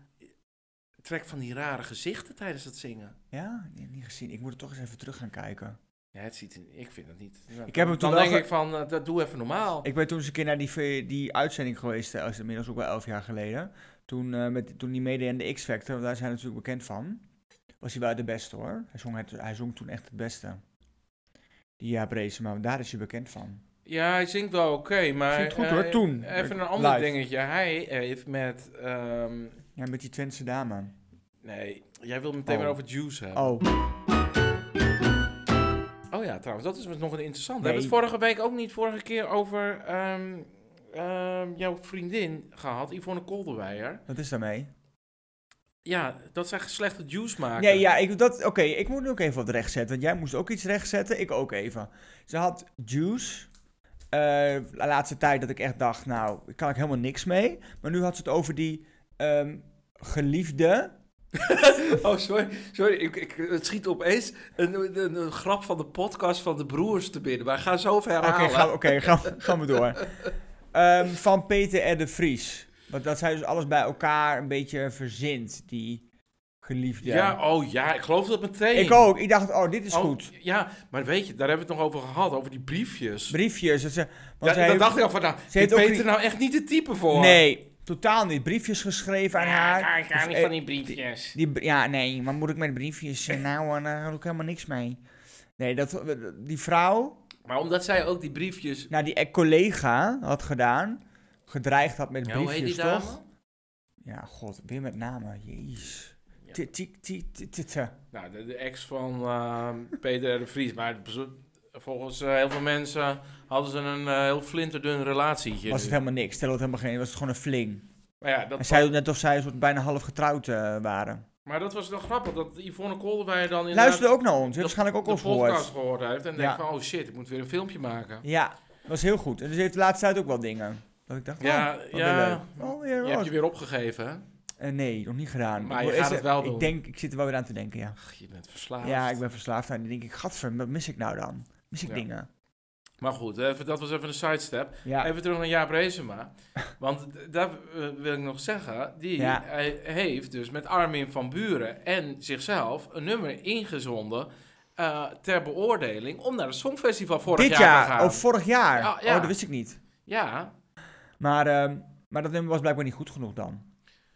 A: trekt van die rare gezichten tijdens het zingen.
B: Ja, niet, niet gezien. Ik moet er toch eens even terug gaan kijken.
A: Ja, het ziet, er- ik vind het niet. Nou,
B: Ik heb hem toen
A: dan
B: wel
A: denk
B: ge-
A: ik van, eh, dat doe even normaal.
B: Ik ben toen eens een keer naar die, v- die uitzending geweest, eh, is inmiddels ook wel elf jaar geleden. Toen, eh met, toen die meedeed aan de X-Factor, want daar zijn we natuurlijk bekend van. Was hij wel de beste hoor. Hij zong, het, hij zong toen echt het beste. Die Jaap Reesema, maar daar is hij bekend van.
A: Ja, hij zingt wel oké, maar...
B: Zingt goed, hoor,
A: eh,
B: toen.
A: Even een ander
B: Live.
A: dingetje. Hij heeft met... ehm,
B: Ja, met die Twentse dame.
A: nee, jij wil meteen
B: Oh.
A: weer over Juice hebben.
B: Oh,
A: Oh ja, trouwens, dat is nog een interessante.
B: Nee.
A: We hebben het vorige week ook niet vorige keer over ehm, ehm, jouw vriendin gehad, Yvonne Kolderweijer.
B: wat is daarmee?
A: Ja, dat zij slechte juice maken.
B: Nee, ja, ik, dat, oké, ik moet nu ook even wat rechtzetten. Want jij moest ook iets rechtzetten, ik ook even. Ze had juice. Eh, de laatste tijd dat ik echt dacht, nou, daar kan ik helemaal niks mee. Maar nu had ze het over die ehm, geliefde.
A: Oh, sorry. sorry ik, ik, het schiet opeens een, een, een grap van de podcast van de broers te binnen. Maar ga zo
B: Oké,
A: verhalen.
B: gaan, we- oké, gaan, we- gaan we door. Ehm, van Peter R. de Vries. Want dat zij dus alles bij elkaar een beetje verzint, die geliefde.
A: ja. oh ja, ik geloof dat meteen.
B: Ik ook. Ik dacht, oh, dit is
A: Oh,
B: goed.
A: Ja, maar weet je, daar hebben we het nog over gehad, over die briefjes.
B: Briefjes. Dat ze, want
A: Ja,
B: zij
A: dat
B: heeft-
A: dacht ik al van, nou,
B: heeft
A: vindt
B: ook
A: Peter
B: die-
A: nou echt niet de type voor?
B: Nee, totaal niet. Briefjes geschreven aan haar.
A: Ja, ik hou
B: Dus,
A: niet
B: eh,
A: van die briefjes.
B: Die, br- ja, nee, maar moet ik met briefjes? Eh, Nou, eh, daar doe ik helemaal niks mee. Nee, dat, eh, die vrouw,
A: Maar omdat zij ook die briefjes
B: nou, die eh, collega had gedaan, gedreigd had met
A: Ja, hoe
B: briefjes,
A: heet die
B: toch?
A: dame?
B: Ja, god, weer met namen, jeez.
A: Ja.
B: Ti- ti- ti- ti- ti- ti.
A: Nou, de, de ex van ehm, Peter R. de Vries. Maar bezo- volgens eh, heel veel mensen hadden ze een eh, heel flinterdun relatietje.
B: Was
A: nu.
B: het helemaal niks, stel het helemaal geen, was het gewoon een fling.
A: maar, ja, dat
B: En zij doet net of zij een soort bijna half getrouwd eh, waren.
A: maar dat was wel grappig, dat Yvonne Kolderweijer dan inderdaad
B: Luisterde ook naar ons, heeft waarschijnlijk ook
A: de
B: ons
A: podcast
B: gehoord.
A: gehoord heeft. En
B: Ja.
A: denkt van, oh shit, ik moet weer een filmpje maken.
B: Ja, was heel goed. En dus heeft de laatste tijd ook wel dingen. Dat ik dacht,
A: Ja,
B: oh, wat
A: ja.
B: weer leuk. Oh, weer
A: Je
B: wat.
A: hebt je weer opgegeven, hè?
B: Eh, nee, nog niet gedaan.
A: Maar
B: Ik
A: je
B: wil
A: gaat
B: eerst-
A: het wel
B: ik
A: doen.
B: Denk, ik zit er wel weer aan te denken, ja.
A: Ach, je bent verslaafd.
B: Ja, ik ben verslaafd aan. Dan denk ik, gadver, wat mis ik nou dan? Mis ik
A: Ja.
B: dingen? Eh,
A: Maar goed, even, dat was even een sidestep.
B: Ja.
A: Even terug naar Jaap Reesema. Want d- daar eh, wil ik nog zeggen. Die
B: Ja.
A: hij heeft dus met Armin van Buren en zichzelf een nummer ingezonden. eh, ter beoordeling om naar het Songfestival vorig
B: Dit
A: jaar, te
B: jaar,
A: gaan.
B: of vorig jaar.
A: Ja, ja.
B: Oh, dat wist ik niet.
A: Ja.
B: Maar, ehm, maar dat nummer was blijkbaar niet goed genoeg dan.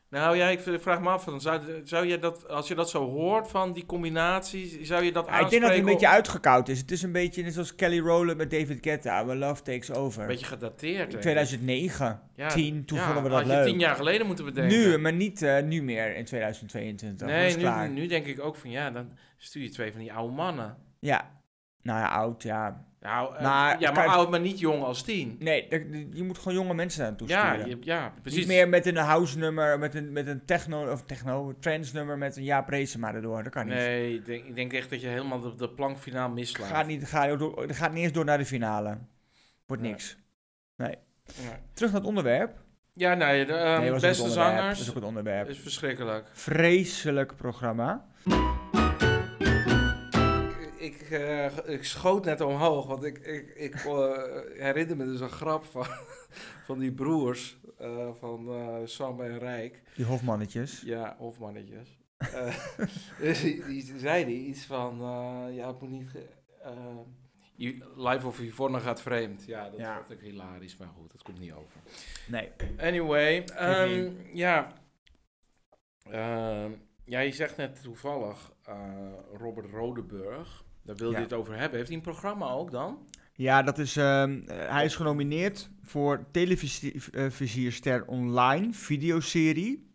A: Nou ja, ik v- vraag me af. van, Zou, zou je dat, als je dat zo hoort van die combinatie, zou je dat
B: Ja, ik denk dat het een
A: aanspreken
B: beetje
A: op-
B: uitgekoud is. Het is een beetje net zoals Kelly Rowland met David Guetta. When Love Takes Over.
A: Een beetje gedateerd. denk ik.
B: 2009,
A: Ja,
B: 10, toen
A: ja,
B: vonden we dat
A: had je tien
B: leuk.
A: jaar geleden moeten bedenken.
B: Nu, maar niet eh, nu meer in 2022. Dat is
A: nee,
B: klaar.
A: nu, nu denk ik ook van ja, dan stuur je twee van die oude mannen.
B: Ja, Nou ja, oud, ja.
A: Nou, eh,
B: Maar
A: ja, maar
B: kijk-
A: oud, maar niet jong als tien.
B: Nee, dat- je moet gewoon jonge mensen naartoe
A: Ja,
B: sturen.
A: je, ja, precies.
B: Niet meer met een house nummer, met een, met een techno, of techno, trance nummer, met een Jaap maar erdoor. Dat kan niet.
A: nee, ik denk, ik denk echt dat je helemaal de, de plankfinaal mislaat.
B: Gaat niet, gaat, door- gaat niet eens door naar de finale. Wordt
A: Nee.
B: niks.
A: Ja.
B: Terug naar het onderwerp.
A: Ja, nee, de ehm,
B: nee, was ook het
A: beste
B: onderwerp.
A: zangers
B: Dat is
A: is,
B: ook het onderwerp.
A: verschrikkelijk.
B: Vreselijk programma.
A: Ik, eh, ik schoot net omhoog, want ik, ik, ik eh, herinner me dus een grap van, van die broers eh, van eh, Sam en Rijk.
B: Die hofmannetjes.
A: Ja, of mannetjes. Eh, dus die, die zeiden iets van, eh, ja, het moet niet... ge- eh, je- Life of Yvonne gaat vreemd. Ja, dat
B: Ja.
A: vond ik hilarisch, maar goed, dat komt niet over.
B: Nee.
A: Anyway, ehm,
B: niet.
A: ja. Ehm, ja, je zegt net toevallig eh, Robert Rodeburg. Daar wil je
B: Ja.
A: het over hebben. Heeft hij een programma ook dan?
B: Ja, dat is, ehm, eh, hij is genomineerd voor televisierster online videoserie.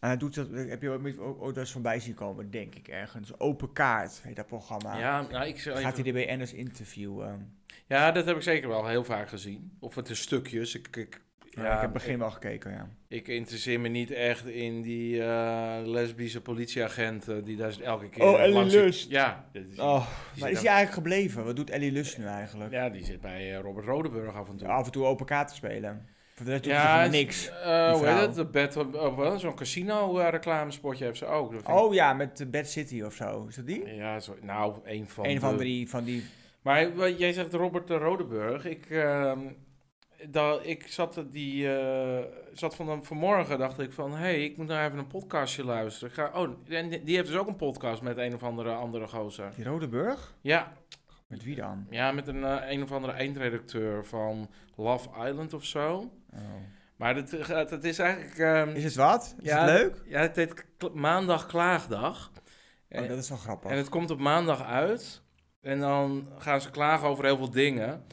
B: En hij doet dat, eh, heb je ook, ook, ook dat eens voorbij zien komen, denk ik ergens. Open Kaart heet dat programma.
A: Ja, nou, ik zou
B: Ah. Gaat
A: even-
B: hij de BN'ers interviewen?
A: ja, dat heb ik zeker wel heel vaak gezien. Of het is stukjes. Ik, ik,
B: Ja,
A: ja,
B: Nou, ik heb het begin wel gekeken, ja.
A: ik interesseer me niet echt in die eh, lesbische politieagenten die daar elke keer
B: Oh, Ellie
A: langs zit-
B: Lust.
A: Ja, dat is,
B: Oh,
A: zit
B: maar is
A: ook-
B: hij eigenlijk gebleven? Wat doet Ellie Lust nu eigenlijk?
A: ja, die zit bij eh, Robert Rodeburg af en toe.
B: Af en toe open kaart te spelen. Voor de rest doet
A: Ja,
B: hij
A: het-
B: niks.
A: eh,
B: die
A: hoe heet
B: vrouw.
A: het? De Bad, oh, wel, zo'n casino eh, reclamespotje heeft ze ook. Dat vind ik-
B: Oh ja, met eh, Bad City of zo. Is dat die?
A: Ja, zo, nou, een van
B: een
A: de...
B: van die, van die...
A: Maar wat jij zegt Robert de Rodeburg. Ik, ehm, da, ik zat, die, eh, zat van vanmorgen, dacht ik van... Hé, hey, ik moet nou even een podcastje luisteren. Ik ga, oh, en die- die heeft dus ook een podcast met een of andere andere gozer.
B: Die Rode Burg?
A: Ja,
B: Met wie dan?
A: ja met een, eh, een of andere eindredacteur van Love Island of zo.
B: Oh.
A: Maar dat, gaat- dat is eigenlijk... ehm,
B: Is het wat? Is
A: Ja,
B: het leuk?
A: Ja, het heet Kla- Maandag Klaagdag.
B: Oh, dat is wel grappig.
A: Eh, En het komt op maandag uit. En dan gaan ze klagen over heel veel dingen.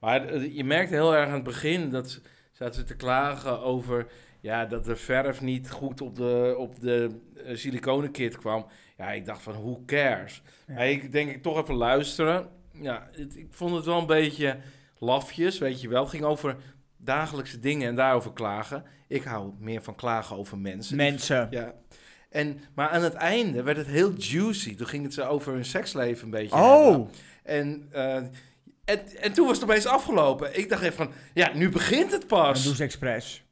A: Maar eh, je merkt heel erg aan het begin dat ze- zaten ze te klagen over ja, dat de verf niet goed op de, op de eh, siliconenkit kwam. Ja, ik dacht van, who cares?
B: Ja.
A: Maar ik denk ik toch even luisteren. Ja, het- ik vond het wel een beetje lafjes, weet je wel. Het ging over dagelijkse dingen en daarover klagen. Ik hou meer van klagen over mensen.
B: Mensen.
A: Ja. En, maar aan het einde werd het heel juicy. Toen ging het ze over hun seksleven een beetje. hebben.
B: Oh!
A: En, eh, en, en toen was het opeens afgelopen. Ik dacht even van, ja, nu begint het
B: Dat doen
A: pas.
B: ze expres.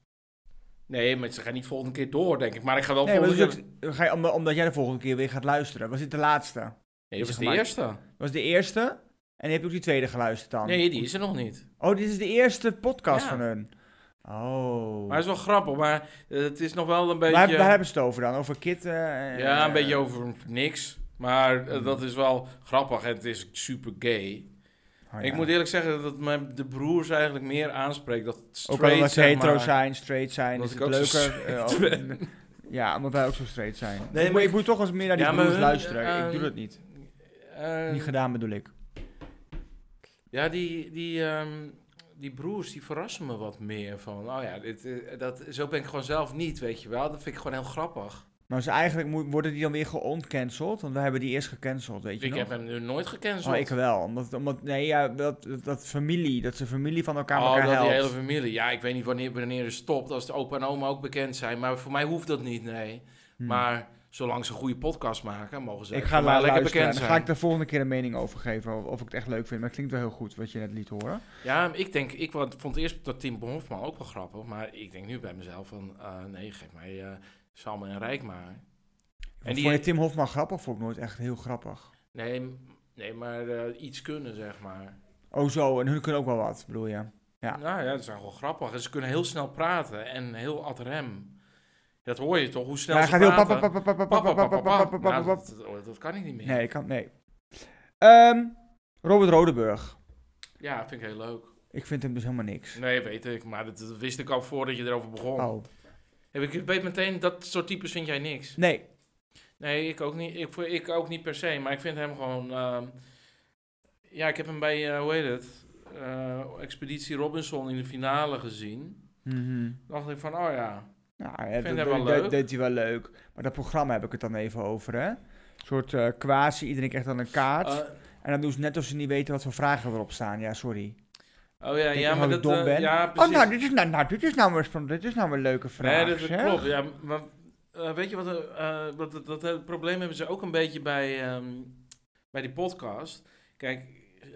A: Nee, maar ze gaan niet volgende keer door, denk ik. Maar ik ga wel
B: Nee, maar
A: volgende
B: dat
A: keer...
B: is ook- ga je, om- omdat jij de volgende keer weer gaat luisteren. Was dit de laatste?
A: Nee, dat was de
B: gemaakt.
A: eerste.
B: Was de eerste? En heb je ook die tweede geluisterd dan?
A: Nee, die is er nog niet.
B: Oh, dit is de eerste podcast
A: Ja.
B: van hun. Oh.
A: Maar
B: Maar
A: het is wel grappig, maar eh, het is nog wel een beetje...
B: Waar, daar hebben ze het over dan? Over kitten? en-
A: ja, een beetje over niks. Maar eh, dat is wel grappig en het is super gay.
B: Oh,
A: Ik
B: ja.
A: moet eerlijk zeggen dat het mijn, de broers eigenlijk meer aanspreekt. Dat
B: Ook
A: straight,
B: al dat ze
A: zeg
B: hetero
A: maar-
B: zijn, straight zijn,
A: Omdat
B: is
A: ik
B: het
A: ook zo
B: leuker. eh,
A: straight
B: ook-
A: ben.
B: ja, omdat wij ook zo straight zijn.
A: Nee,
B: ik,
A: maar-
B: moet, ik moet toch eens meer naar die
A: Ja, maar
B: broers
A: hun,
B: luisteren.
A: eh,
B: ik doe dat niet.
A: Eh,
B: niet gedaan bedoel ik.
A: ja, die, die, ehm, die broers die verrassen me wat meer. Van, oh ja, dit, eh, dat, zo ben ik gewoon zelf niet, weet je wel. Dat vind ik gewoon heel grappig.
B: Maar ze eigenlijk moet, worden die dan weer geontcanceld? Want we hebben die eerst gecanceld, weet je
A: ik
B: nog?
A: heb hem nu nooit gecanceld.
B: Oh, ik wel. Omdat, omdat nee, ja, dat, dat- dat familie, dat ze familie van elkaar
A: Oh,
B: elkaar
A: dat die hele
B: helpt.
A: familie. Ja, ik weet niet wanneer, wanneer het stopt. Als de opa en oma ook bekend zijn. Maar voor mij hoeft dat niet, nee.
B: Hmm.
A: Maar zolang ze een goede podcast maken, mogen ze
B: ik
A: voor
B: ga
A: mij
B: daar
A: lekker
B: luisteren. en
A: bekend
B: Dan
A: zijn.
B: ga ik de volgende keer een mening over geven. Of, of ik het echt leuk vind. Maar het klinkt wel heel goed wat je net liet horen.
A: Ja, ik denk, ik wa- vond eerst dat Tim Hofman ook wel grappig, maar ik denk nu bij mezelf van, eh, nee, geef mij eh Sam en Rijk maar. En
B: En
A: die-
B: Vond je Tim Hofman grappig? Vond ik nooit echt heel grappig.
A: Nee, m- nee maar eh, iets kunnen, zeg maar.
B: Oh zo, en hun kunnen ook wel wat, bedoel je? Ja.
A: Nou ja, dat is gewoon grappig. En ze kunnen heel snel praten en heel ad rem. Dat hoor je toch, hoe snel
B: Ja, hij
A: ze
B: gaat heel
A: praten.
B: pap, pap, pap, pap, pap, pap, pap, pap, pap,
A: Nou,
B: pap, pap.
A: dat, dat- dat kan ik niet meer.
B: Nee, ik kan, nee. Ehm, Robert Rodeburg.
A: Ja, vind ik heel leuk.
B: Ik vind hem dus helemaal niks.
A: Nee, weet ik, maar dat, dat wist ik al voordat je erover begon.
B: Oh,
A: Heb ik ik weet meteen, dat soort types vind jij niks.
B: nee.
A: Nee, ik ook niet. Ik, voor- ik ook niet per se, maar ik vind hem gewoon. ehm, ja, ik heb hem bij, eh, hoe heet het? eh, Expeditie Robinson in de finale gezien.
B: Mhm.
A: Dan dacht ik van, oh ja.
B: Nou, ja,
A: vind
B: dat,
A: hem wel
B: dat- dat
A: leuk.
B: deed hij wel leuk. Maar dat programma heb ik het dan even over, hè? Een soort eh quasi, iedereen krijgt dan een kaart.
A: eh,
B: en En dan doen ze net alsof ze niet weten wat voor vragen erop staan. Ja, sorry.
A: Oh ja,
B: Denk
A: ja
B: je
A: maar
B: hoe
A: dat...
B: dom
A: eh,
B: ben?
A: ja,
B: Oh,
A: precies.
B: nou, dit is nou, nou, dit is nou, weer spannend. dit is nou een leuke vraag.
A: Nee, dat, dat
B: zeg.
A: klopt. Ja, maar eh, weet je wat... eh, eh, dat, dat, dat, eh, probleem hebben ze ook een beetje bij, ehm, bij die podcast. Kijk,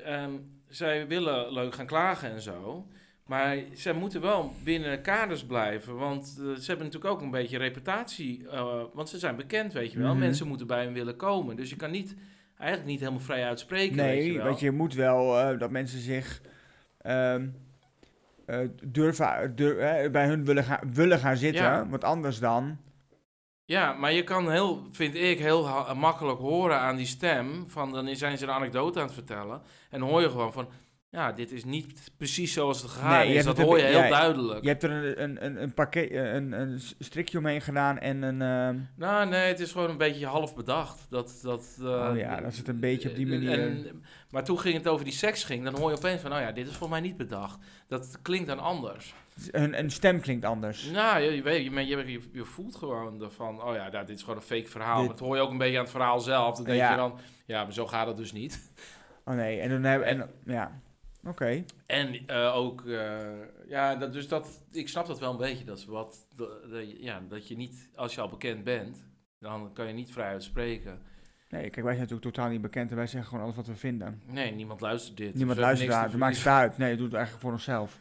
A: ehm, zij willen leuk gaan klagen en zo. Maar zij moeten wel binnen kaders blijven. Want eh, ze hebben natuurlijk ook een beetje reputatie. eh, want ze zijn bekend, weet je wel.
B: Mhm.
A: Mensen moeten bij hen willen komen. Dus je kan niet... Eigenlijk niet helemaal vrij uitspreken, weet je
B: Nee,
A: wel.
B: want je moet wel eh, dat mensen zich ehm, eh, durven, dur- eh, bij hun willen gaan, willen gaan zitten.
A: Ja.
B: Want anders dan.
A: Ja, maar je kan heel, vind ik, heel ha- makkelijk horen aan die stem. Van dan zijn ze een anekdote aan het vertellen. En hoor je gewoon van. Ja, dit is niet precies zoals het gegaan
B: Nee, je
A: is.
B: hebt
A: Dat
B: het
A: hoor je
B: een-
A: heel
B: ja,
A: duidelijk.
B: Je hebt er een, een, een, een, pakket, een, een strikje omheen gedaan en een. ehm,
A: Nou, nee, het is gewoon een beetje half bedacht. Dat, dat, eh,
B: Oh ja, dat zit een beetje op die manier.
A: en- maar toen ging het over die seks ging. Dan hoor je opeens van, nou ja, dit is voor mij niet bedacht. Dat klinkt dan anders.
B: een, een stem klinkt anders.
A: Nou, je, je, weet, je, je, je, je voelt gewoon van, oh ja, nou, dit is gewoon een fake verhaal.
B: Dit-
A: Maar Dat hoor je ook een beetje aan het verhaal zelf. Dan denk
B: Ja.
A: je dan, ja, maar zo gaat dat dus niet.
B: Oh nee, en dan hebben. En, ja, oké.
A: En eh, ook, eh, ja, dat, dus dat, ik snap dat wel een beetje. Dat, is wat, de- de- ja, dat je niet, als je al bekend bent, dan kan je niet vrij uitspreken.
B: Nee, kijk, wij zijn natuurlijk totaal niet bekend en wij zeggen gewoon alles wat we vinden.
A: Nee, niemand luistert dit.
B: Niemand
A: dus we hebben
B: luistert daar,
A: niks
B: dat
A: te
B: maakt het uit. Nee, dat doet het eigenlijk voor onszelf.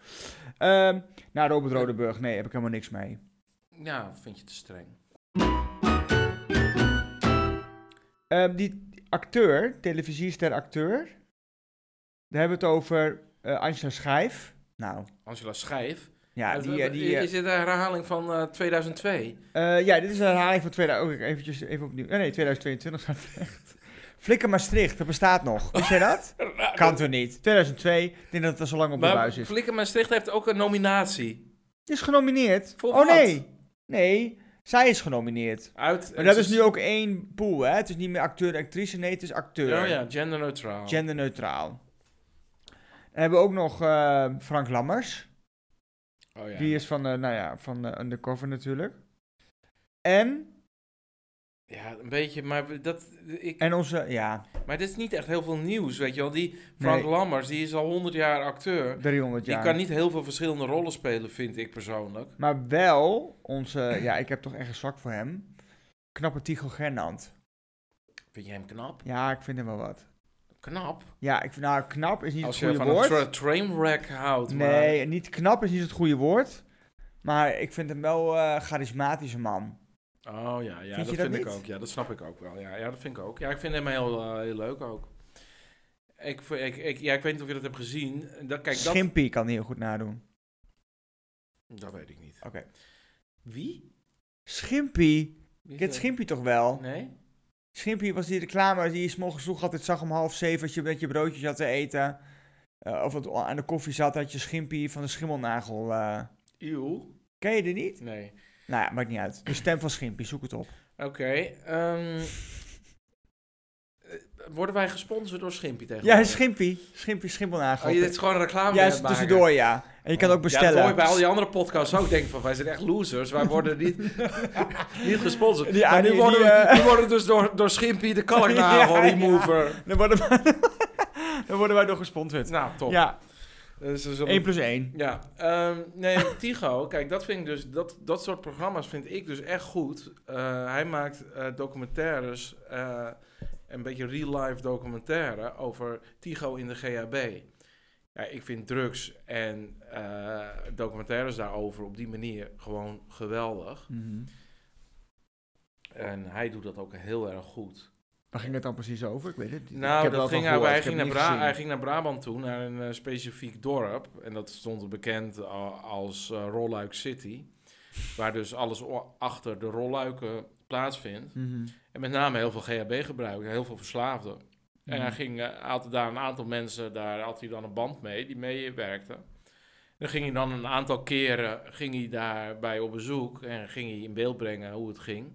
B: Ehm nou, Robert Rodenburg, nee, heb ik helemaal niks mee.
A: verliezen. Ja, Nou, vind je te streng.
B: Ehm, die acteur, televisiester acteur, daar hebben we het over eh Angela Schijf. Nou,
A: Angela Schijf.
B: ja,
A: Eh,
B: die... eh, die eh,
A: is dit een herhaling van eh, 2002?
B: eh, ja, dit is een herhaling van 2000... Oh, eventjes, even opnieuw. Oh, nee, 2022 staat er echt. Flikker Maastricht, dat bestaat nog. Wist jij dat? kan toch niet? 2002, ik denk dat het al zo lang op de
A: Maar
B: buis is.
A: Flikker Maastricht heeft ook een nominatie.
B: Is genomineerd.
A: Voor
B: oh
A: wat?
B: nee, nee, zij is genomineerd.
A: Uit,
B: Maar dat is nu ook één pool, hè? Het is niet meer acteur en actrice, nee, het is acteur.
A: Oh ja, genderneutraal.
B: Genderneutraal. Dan hebben we ook nog eh, Frank Lammers.
A: oh ja.
B: Die is van, eh, nou ja, van eh, Undercover natuurlijk. En,
A: ja, een beetje, maar dat... Ik,
B: en onze, ja,
A: Maar dit is niet echt heel veel nieuws, weet je wel. Die Frank
B: Nee.
A: Lammers, die is al 100 jaar acteur.
B: 300
A: Die
B: jaar.
A: kan niet heel veel verschillende rollen spelen, vind ik persoonlijk.
B: Maar wel onze, ja, ik heb toch echt een zwak voor hem. Knappe Tycho Gernand.
A: Vind je hem knap?
B: Ja, ik vind hem wel wat.
A: Knap.
B: Ja, ik vind, nou, knap is niet
A: Als
B: het
A: je van
B: goede woord.
A: een tra- trainwreck houdt. maar-
B: nee, niet knap is niet het goede woord. Maar ik vind hem wel eh charismatische man.
A: Oh ja, ja
B: Vind
A: dat
B: je dat
A: vind ik
B: niet?
A: ook. Ja, dat snap ik ook wel. Ja, ja dat vind ik ook. Ja, ik vind hem heel, eh, heel leuk ook. Ik, vo- ik, ik, ja, ik weet niet of je dat hebt gezien. Dat, kijk, dat,
B: Schimpie kan hij heel goed nadoen.
A: dat weet ik niet.
B: Oké.
A: Wie?
B: Schimpie?
A: Wie
B: Ik
A: is
B: ken
A: dat?
B: Schimpie toch wel?
A: Nee?
B: Schimpie was die reclame die je s'morgens vroeg altijd zag om half zeven als je met je broodje zat te eten. eh, of het o- aan de koffie zat, had je Schimpie van de schimmelnagel. eh.
A: Eeuw?
B: Ken je die niet?
A: Nee.
B: Nou ja, maakt niet uit. De stem van Schimpie, zoek het op.
A: Oké. ehm, eh, worden wij gesponsord door Schimpie
B: Ja,
A: tegenwoordig?
B: Schimpie. Schimpie, schimmelnagel.
A: Oh, je dit is gewoon een reclame
B: ja,
A: aan het
B: is het
A: maken. Oh.
B: tussendoor, ja. En je kan ook
A: Ja, dat
B: bestellen.
A: hoor je bij al die andere podcasts ook. Denk van, wij zijn echt losers. Wij worden niet, niet gesponsord.
B: Die-
A: maar nu,
B: die- die,
A: worden, we-
B: eh,
A: nu worden we dus door, door Schimpie de kalknagel
B: Ja, ja.
A: remover.
B: dan, worden wij, dan worden wij door gesponsord.
A: Nou, top.
B: Ja,
A: Dus we zullen-
B: 1 plus 1.
A: Ja, ehm, nee, Tigo, kijk, dat vind ik dus, dat, dat soort programma's vind ik dus echt goed. Eh, hij maakt eh, documentaires, eh, een beetje real-life documentaire over Tigo in de GHB. Ja, ik vind drugs en eh, documentaires daarover op die manier gewoon geweldig. En hij doet dat ook heel erg goed.
B: Waar ging het dan precies over? Ik weet het niet. Ik
A: Nou,
B: heb wel
A: dat
B: van
A: ging, hij,
B: gehoord,
A: hij,
B: ik heb
A: ging naar
B: het
A: Bra-
B: niet gezien.
A: hij ging naar Brabant toe, naar een eh, specifiek dorp. En dat stond bekend a- als eh Rolluik City. Waar dus alles o- achter de rolluiken plaatsvindt.
B: Mhm.
A: En met name heel veel GHB-gebruik, heel veel verslaafden. En
B: Mhm.
A: hij ging, eh, had daar een aantal mensen, daar had hij dan een band mee, die meewerkten. Dan ging hij dan een aantal keren ging hij daarbij op bezoek en ging hij in beeld brengen hoe het ging.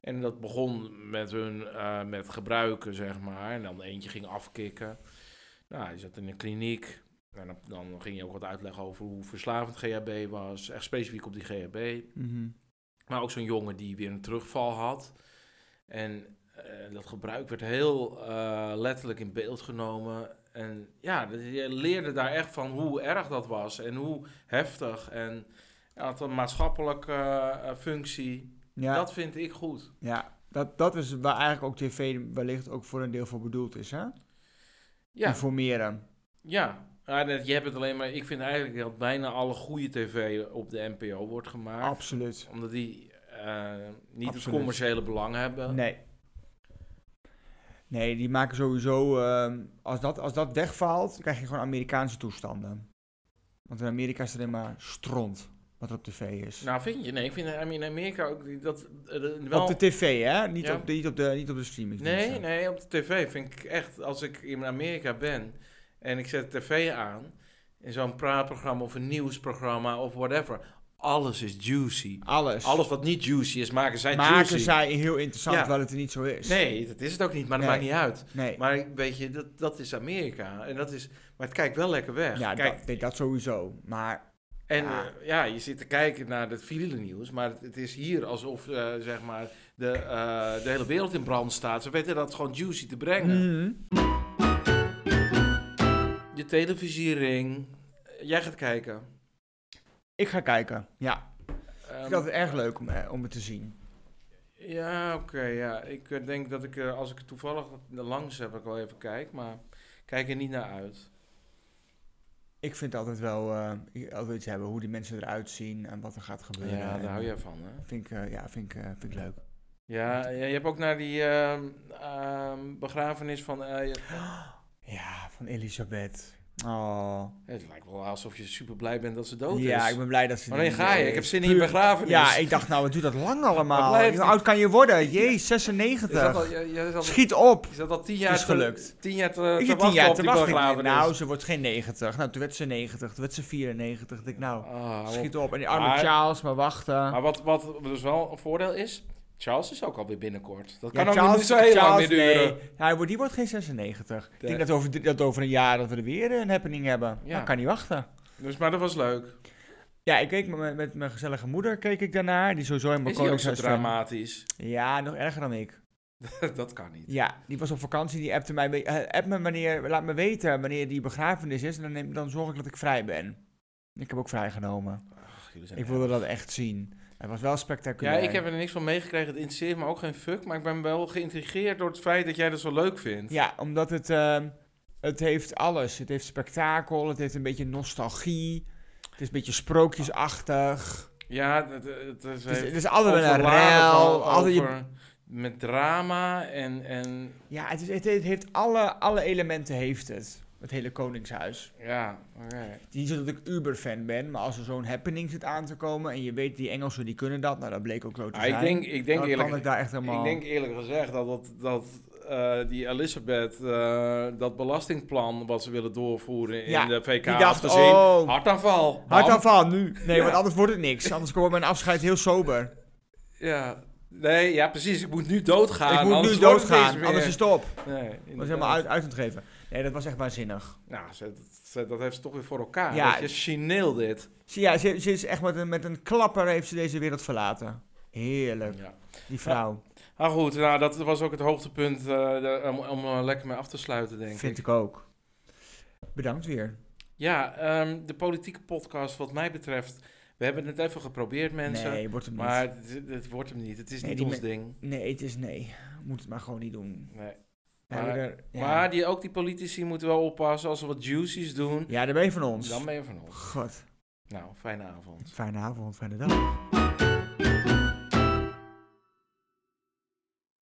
A: En dat begon met hun eh, met gebruiken, zeg maar. En dan eentje ging afkicken. Nou, hij zat in een kliniek. En dan, dan ging hij ook wat uitleggen over hoe verslavend GHB was. Echt specifiek op die GHB.
B: Mhm.
A: Maar ook zo'n jongen die weer een terugval had. En eh, eh, dat gebruik werd heel eh, letterlijk in beeld genomen. En ja, dat- je leerde daar echt van hoe erg dat was en hoe heftig. En het had een maatschappelijke eh, eh, functie.
B: Ja,
A: Dat vind ik goed.
B: ja dat, dat is waar eigenlijk ook tv wellicht ook voor een deel voor bedoeld is, hè?
A: Ja,
B: Informeren.
A: ja. Ja, net, je hebt het alleen maar. Ik vind eigenlijk dat bijna alle goede tv op de NPO wordt gemaakt.
B: Absoluut.
A: omdat die eh, niet het
B: Absoluut.
A: commerciële belang hebben.
B: Nee. Nee, die maken sowieso... ehm, als, dat, als dat wegvalt, krijg je gewoon Amerikaanse toestanden. Want in Amerika is er alleen maar stront wat er op tv is.
A: Nou, vind je? Nee, ik vind eh, in Amerika ook die- dat eh, wel...
B: Op de tv, hè? Niet,
A: Ja.
B: op, de, niet, op, de, niet op de streaming.
A: Nee, nee, op de tv vind ik echt, als ik in Amerika ben en ik zet de tv aan, in zo'n praatprogramma of een nieuwsprogramma of whatever, alles is juicy.
B: Alles.
A: Alles wat niet juicy is, maken zij
B: maken
A: juicy.
B: zij heel interessant,
A: Ja.
B: terwijl het er niet zo is.
A: Nee, dat is het ook niet, maar dat
B: Nee.
A: maakt niet uit.
B: Nee.
A: Maar ik- weet je, dat, dat is Amerika. En dat is, maar het kijkt wel lekker weg.
B: ja,
A: Kijk,
B: dat, nee, dat sowieso. Maar
A: En
B: Ja.
A: ja. ja, je zit te kijken naar het file nieuws, maar het, het is hier alsof eh, zeg maar de, eh, de hele wereld in brand staat. Ze weten dat gewoon juicy te brengen.
B: Mhm.
A: Je televisiering, eh, jij gaat kijken.
B: ik ga kijken. Ja,
A: Ehm,
B: ik had het erg leuk om, eh, om het te zien.
A: Ja, oké, ja. Ik eh, denk dat ik, eh, als ik het toevallig langs heb, ik wel even kijk, maar kijk er niet naar uit.
B: Ik vind altijd wel eh, ik- altijd iets hebben hoe die mensen eruit zien en wat er gaat gebeuren.
A: Ja,
B: En,
A: daar hou jij van, hè?
B: Vind ik, eh, ja, vind ik, eh, vind ik leuk.
A: Ja, ja, je hebt ook naar die ehm, ehm, begrafenis van... eh, je-
B: Ja, van Elisabeth. Oh.
A: het lijkt wel alsof je super blij bent dat ze dood is.
B: ja, ik ben blij dat ze...
A: Maar dan
B: die-
A: ga je.
B: eh,
A: Ik heb zin in je
B: puur-
A: begrafenis.
B: Ja, ik dacht nou, wat duurt dat lang allemaal?
A: Wat blijft
B: Hoe
A: het?
B: oud kan je worden? Jee,
A: Je zat
B: 96.
A: al, je, je zat al,
B: Schiet op.
A: je zat al tien jaar
B: Is
A: te-
B: gelukt.
A: Tien jaar te,
B: Ik
A: te
B: zit tien
A: Eh, wachten
B: jaar
A: op
B: te
A: die
B: wachten.
A: begrafenis.
B: Nou, ze wordt geen 90. Nou, toen werd ze 90. Toen werd ze 94. Dacht ik, nou,
A: Ah, maar-
B: schiet op. En die arme
A: Maar-
B: Charles, maar wachten.
A: Maar wat, wat dus wel een voordeel is, Charles is ook alweer binnenkort. Dat
B: Ja,
A: kan ook niet zo heel lang meer duren.
B: Nee. Ja, hij wordt, die wordt geen 96. Ik
A: Nee.
B: denk dat over, drie- dat over een jaar dat we er weer een happening hebben.
A: Ja.
B: Ja. kan niet wachten.
A: Dus, maar dat was leuk.
B: Ja, ik keek met, met mijn gezellige moeder keek ik daarnaar. Die sowieso helemaal
A: Is hij ook zo
B: koningshuis fan.
A: dramatisch?
B: Ja, nog erger dan ik.
A: dat kan niet.
B: Ja, die was op vakantie. Die appte mij. eh, App me wanneer, laat me weten wanneer die begrafenis is. En dan, neem, dan zorg ik dat ik vrij ben. Ik heb ook vrijgenomen.
A: Ach, jullie zijn
B: Ik
A: erg.
B: wilde dat echt zien. Het was wel
A: ja,
B: spectaculair.
A: ik heb er niks van meegekregen. Het interesseert me ook geen fuck. Maar ik ben wel geïntrigeerd door het feit dat jij dat zo leuk vindt.
B: Ja, omdat het, ehm, het heeft alles. Het heeft spektakel, het heeft een beetje nostalgie. Het is een beetje sprookjesachtig.
A: Ja, het, het, het
B: Het is, het
A: heeft
B: is altijd wel een
A: overladen
B: ruil.
A: van-
B: altijd je-
A: over- Met drama en, en
B: ja, het, is, het, het heeft alle, alle elementen heeft het. Het hele Koningshuis.
A: ja, oké.
B: Het is Niet zo dat ik uber-fan ben, maar als er zo'n happening zit aan te komen... en je weet, die Engelsen die kunnen dat. Nou, dat bleek ook zo te
A: Ah,
B: zijn.
A: ik denk, ik denk
B: dan
A: eerlijk,
B: kan Nou, ik daar echt helemaal...
A: Ik denk eerlijk gezegd dat, dat, dat eh, die Elizabeth eh, dat belastingplan wat ze willen doorvoeren in
B: Ja,
A: de VK
B: die
A: had
B: dacht,
A: gezien.
B: oh.
A: Hartaanval. Bam.
B: Hartaanval, nu. Nee,
A: Ja.
B: want anders wordt het niks. Anders komt mijn afscheid heel sober.
A: Ja. Nee, ja precies. Ik moet nu doodgaan.
B: ik moet
A: anders
B: nu
A: wordt het
B: doodgaan,
A: niks meer.
B: anders is het op.
A: Nee,
B: was
A: inderdaad.
B: helemaal uit, uit aan het geven. Nee, dat was echt waanzinnig.
A: Nou, ze- ze- dat heeft ze toch weer voor elkaar. Dat
B: Ja.
A: je chineel dit.
B: Ze, ja, ze, ze is echt met een, met een klapper heeft ze deze wereld verlaten. Heerlijk,
A: Ja.
B: die vrouw.
A: Maar goed, nou, dat was ook het hoogtepunt eh, daar- om, om eh, lekker mee af te sluiten, denk
B: Vind
A: ik.
B: ik ook. Bedankt weer.
A: Ja, ehm, de politieke podcast wat mij betreft... We hebben het even geprobeerd, mensen.
B: Nee, wordt hem niet.
A: Maar het, het wordt hem niet. Het is
B: Nee,
A: niet
B: die
A: ons
B: me-
A: ding.
B: Nee, het is nee. Moet het maar gewoon niet doen.
A: Nee.
B: We
A: Maar-
B: hebben er- ja.
A: Maar die, ook die politici moeten wel oppassen als ze wat juicies doen.
B: ja, daar ben je van ons.
A: Dan ben je van ons.
B: God,
A: Nou, fijne avond.
B: fijne avond, fijne dag.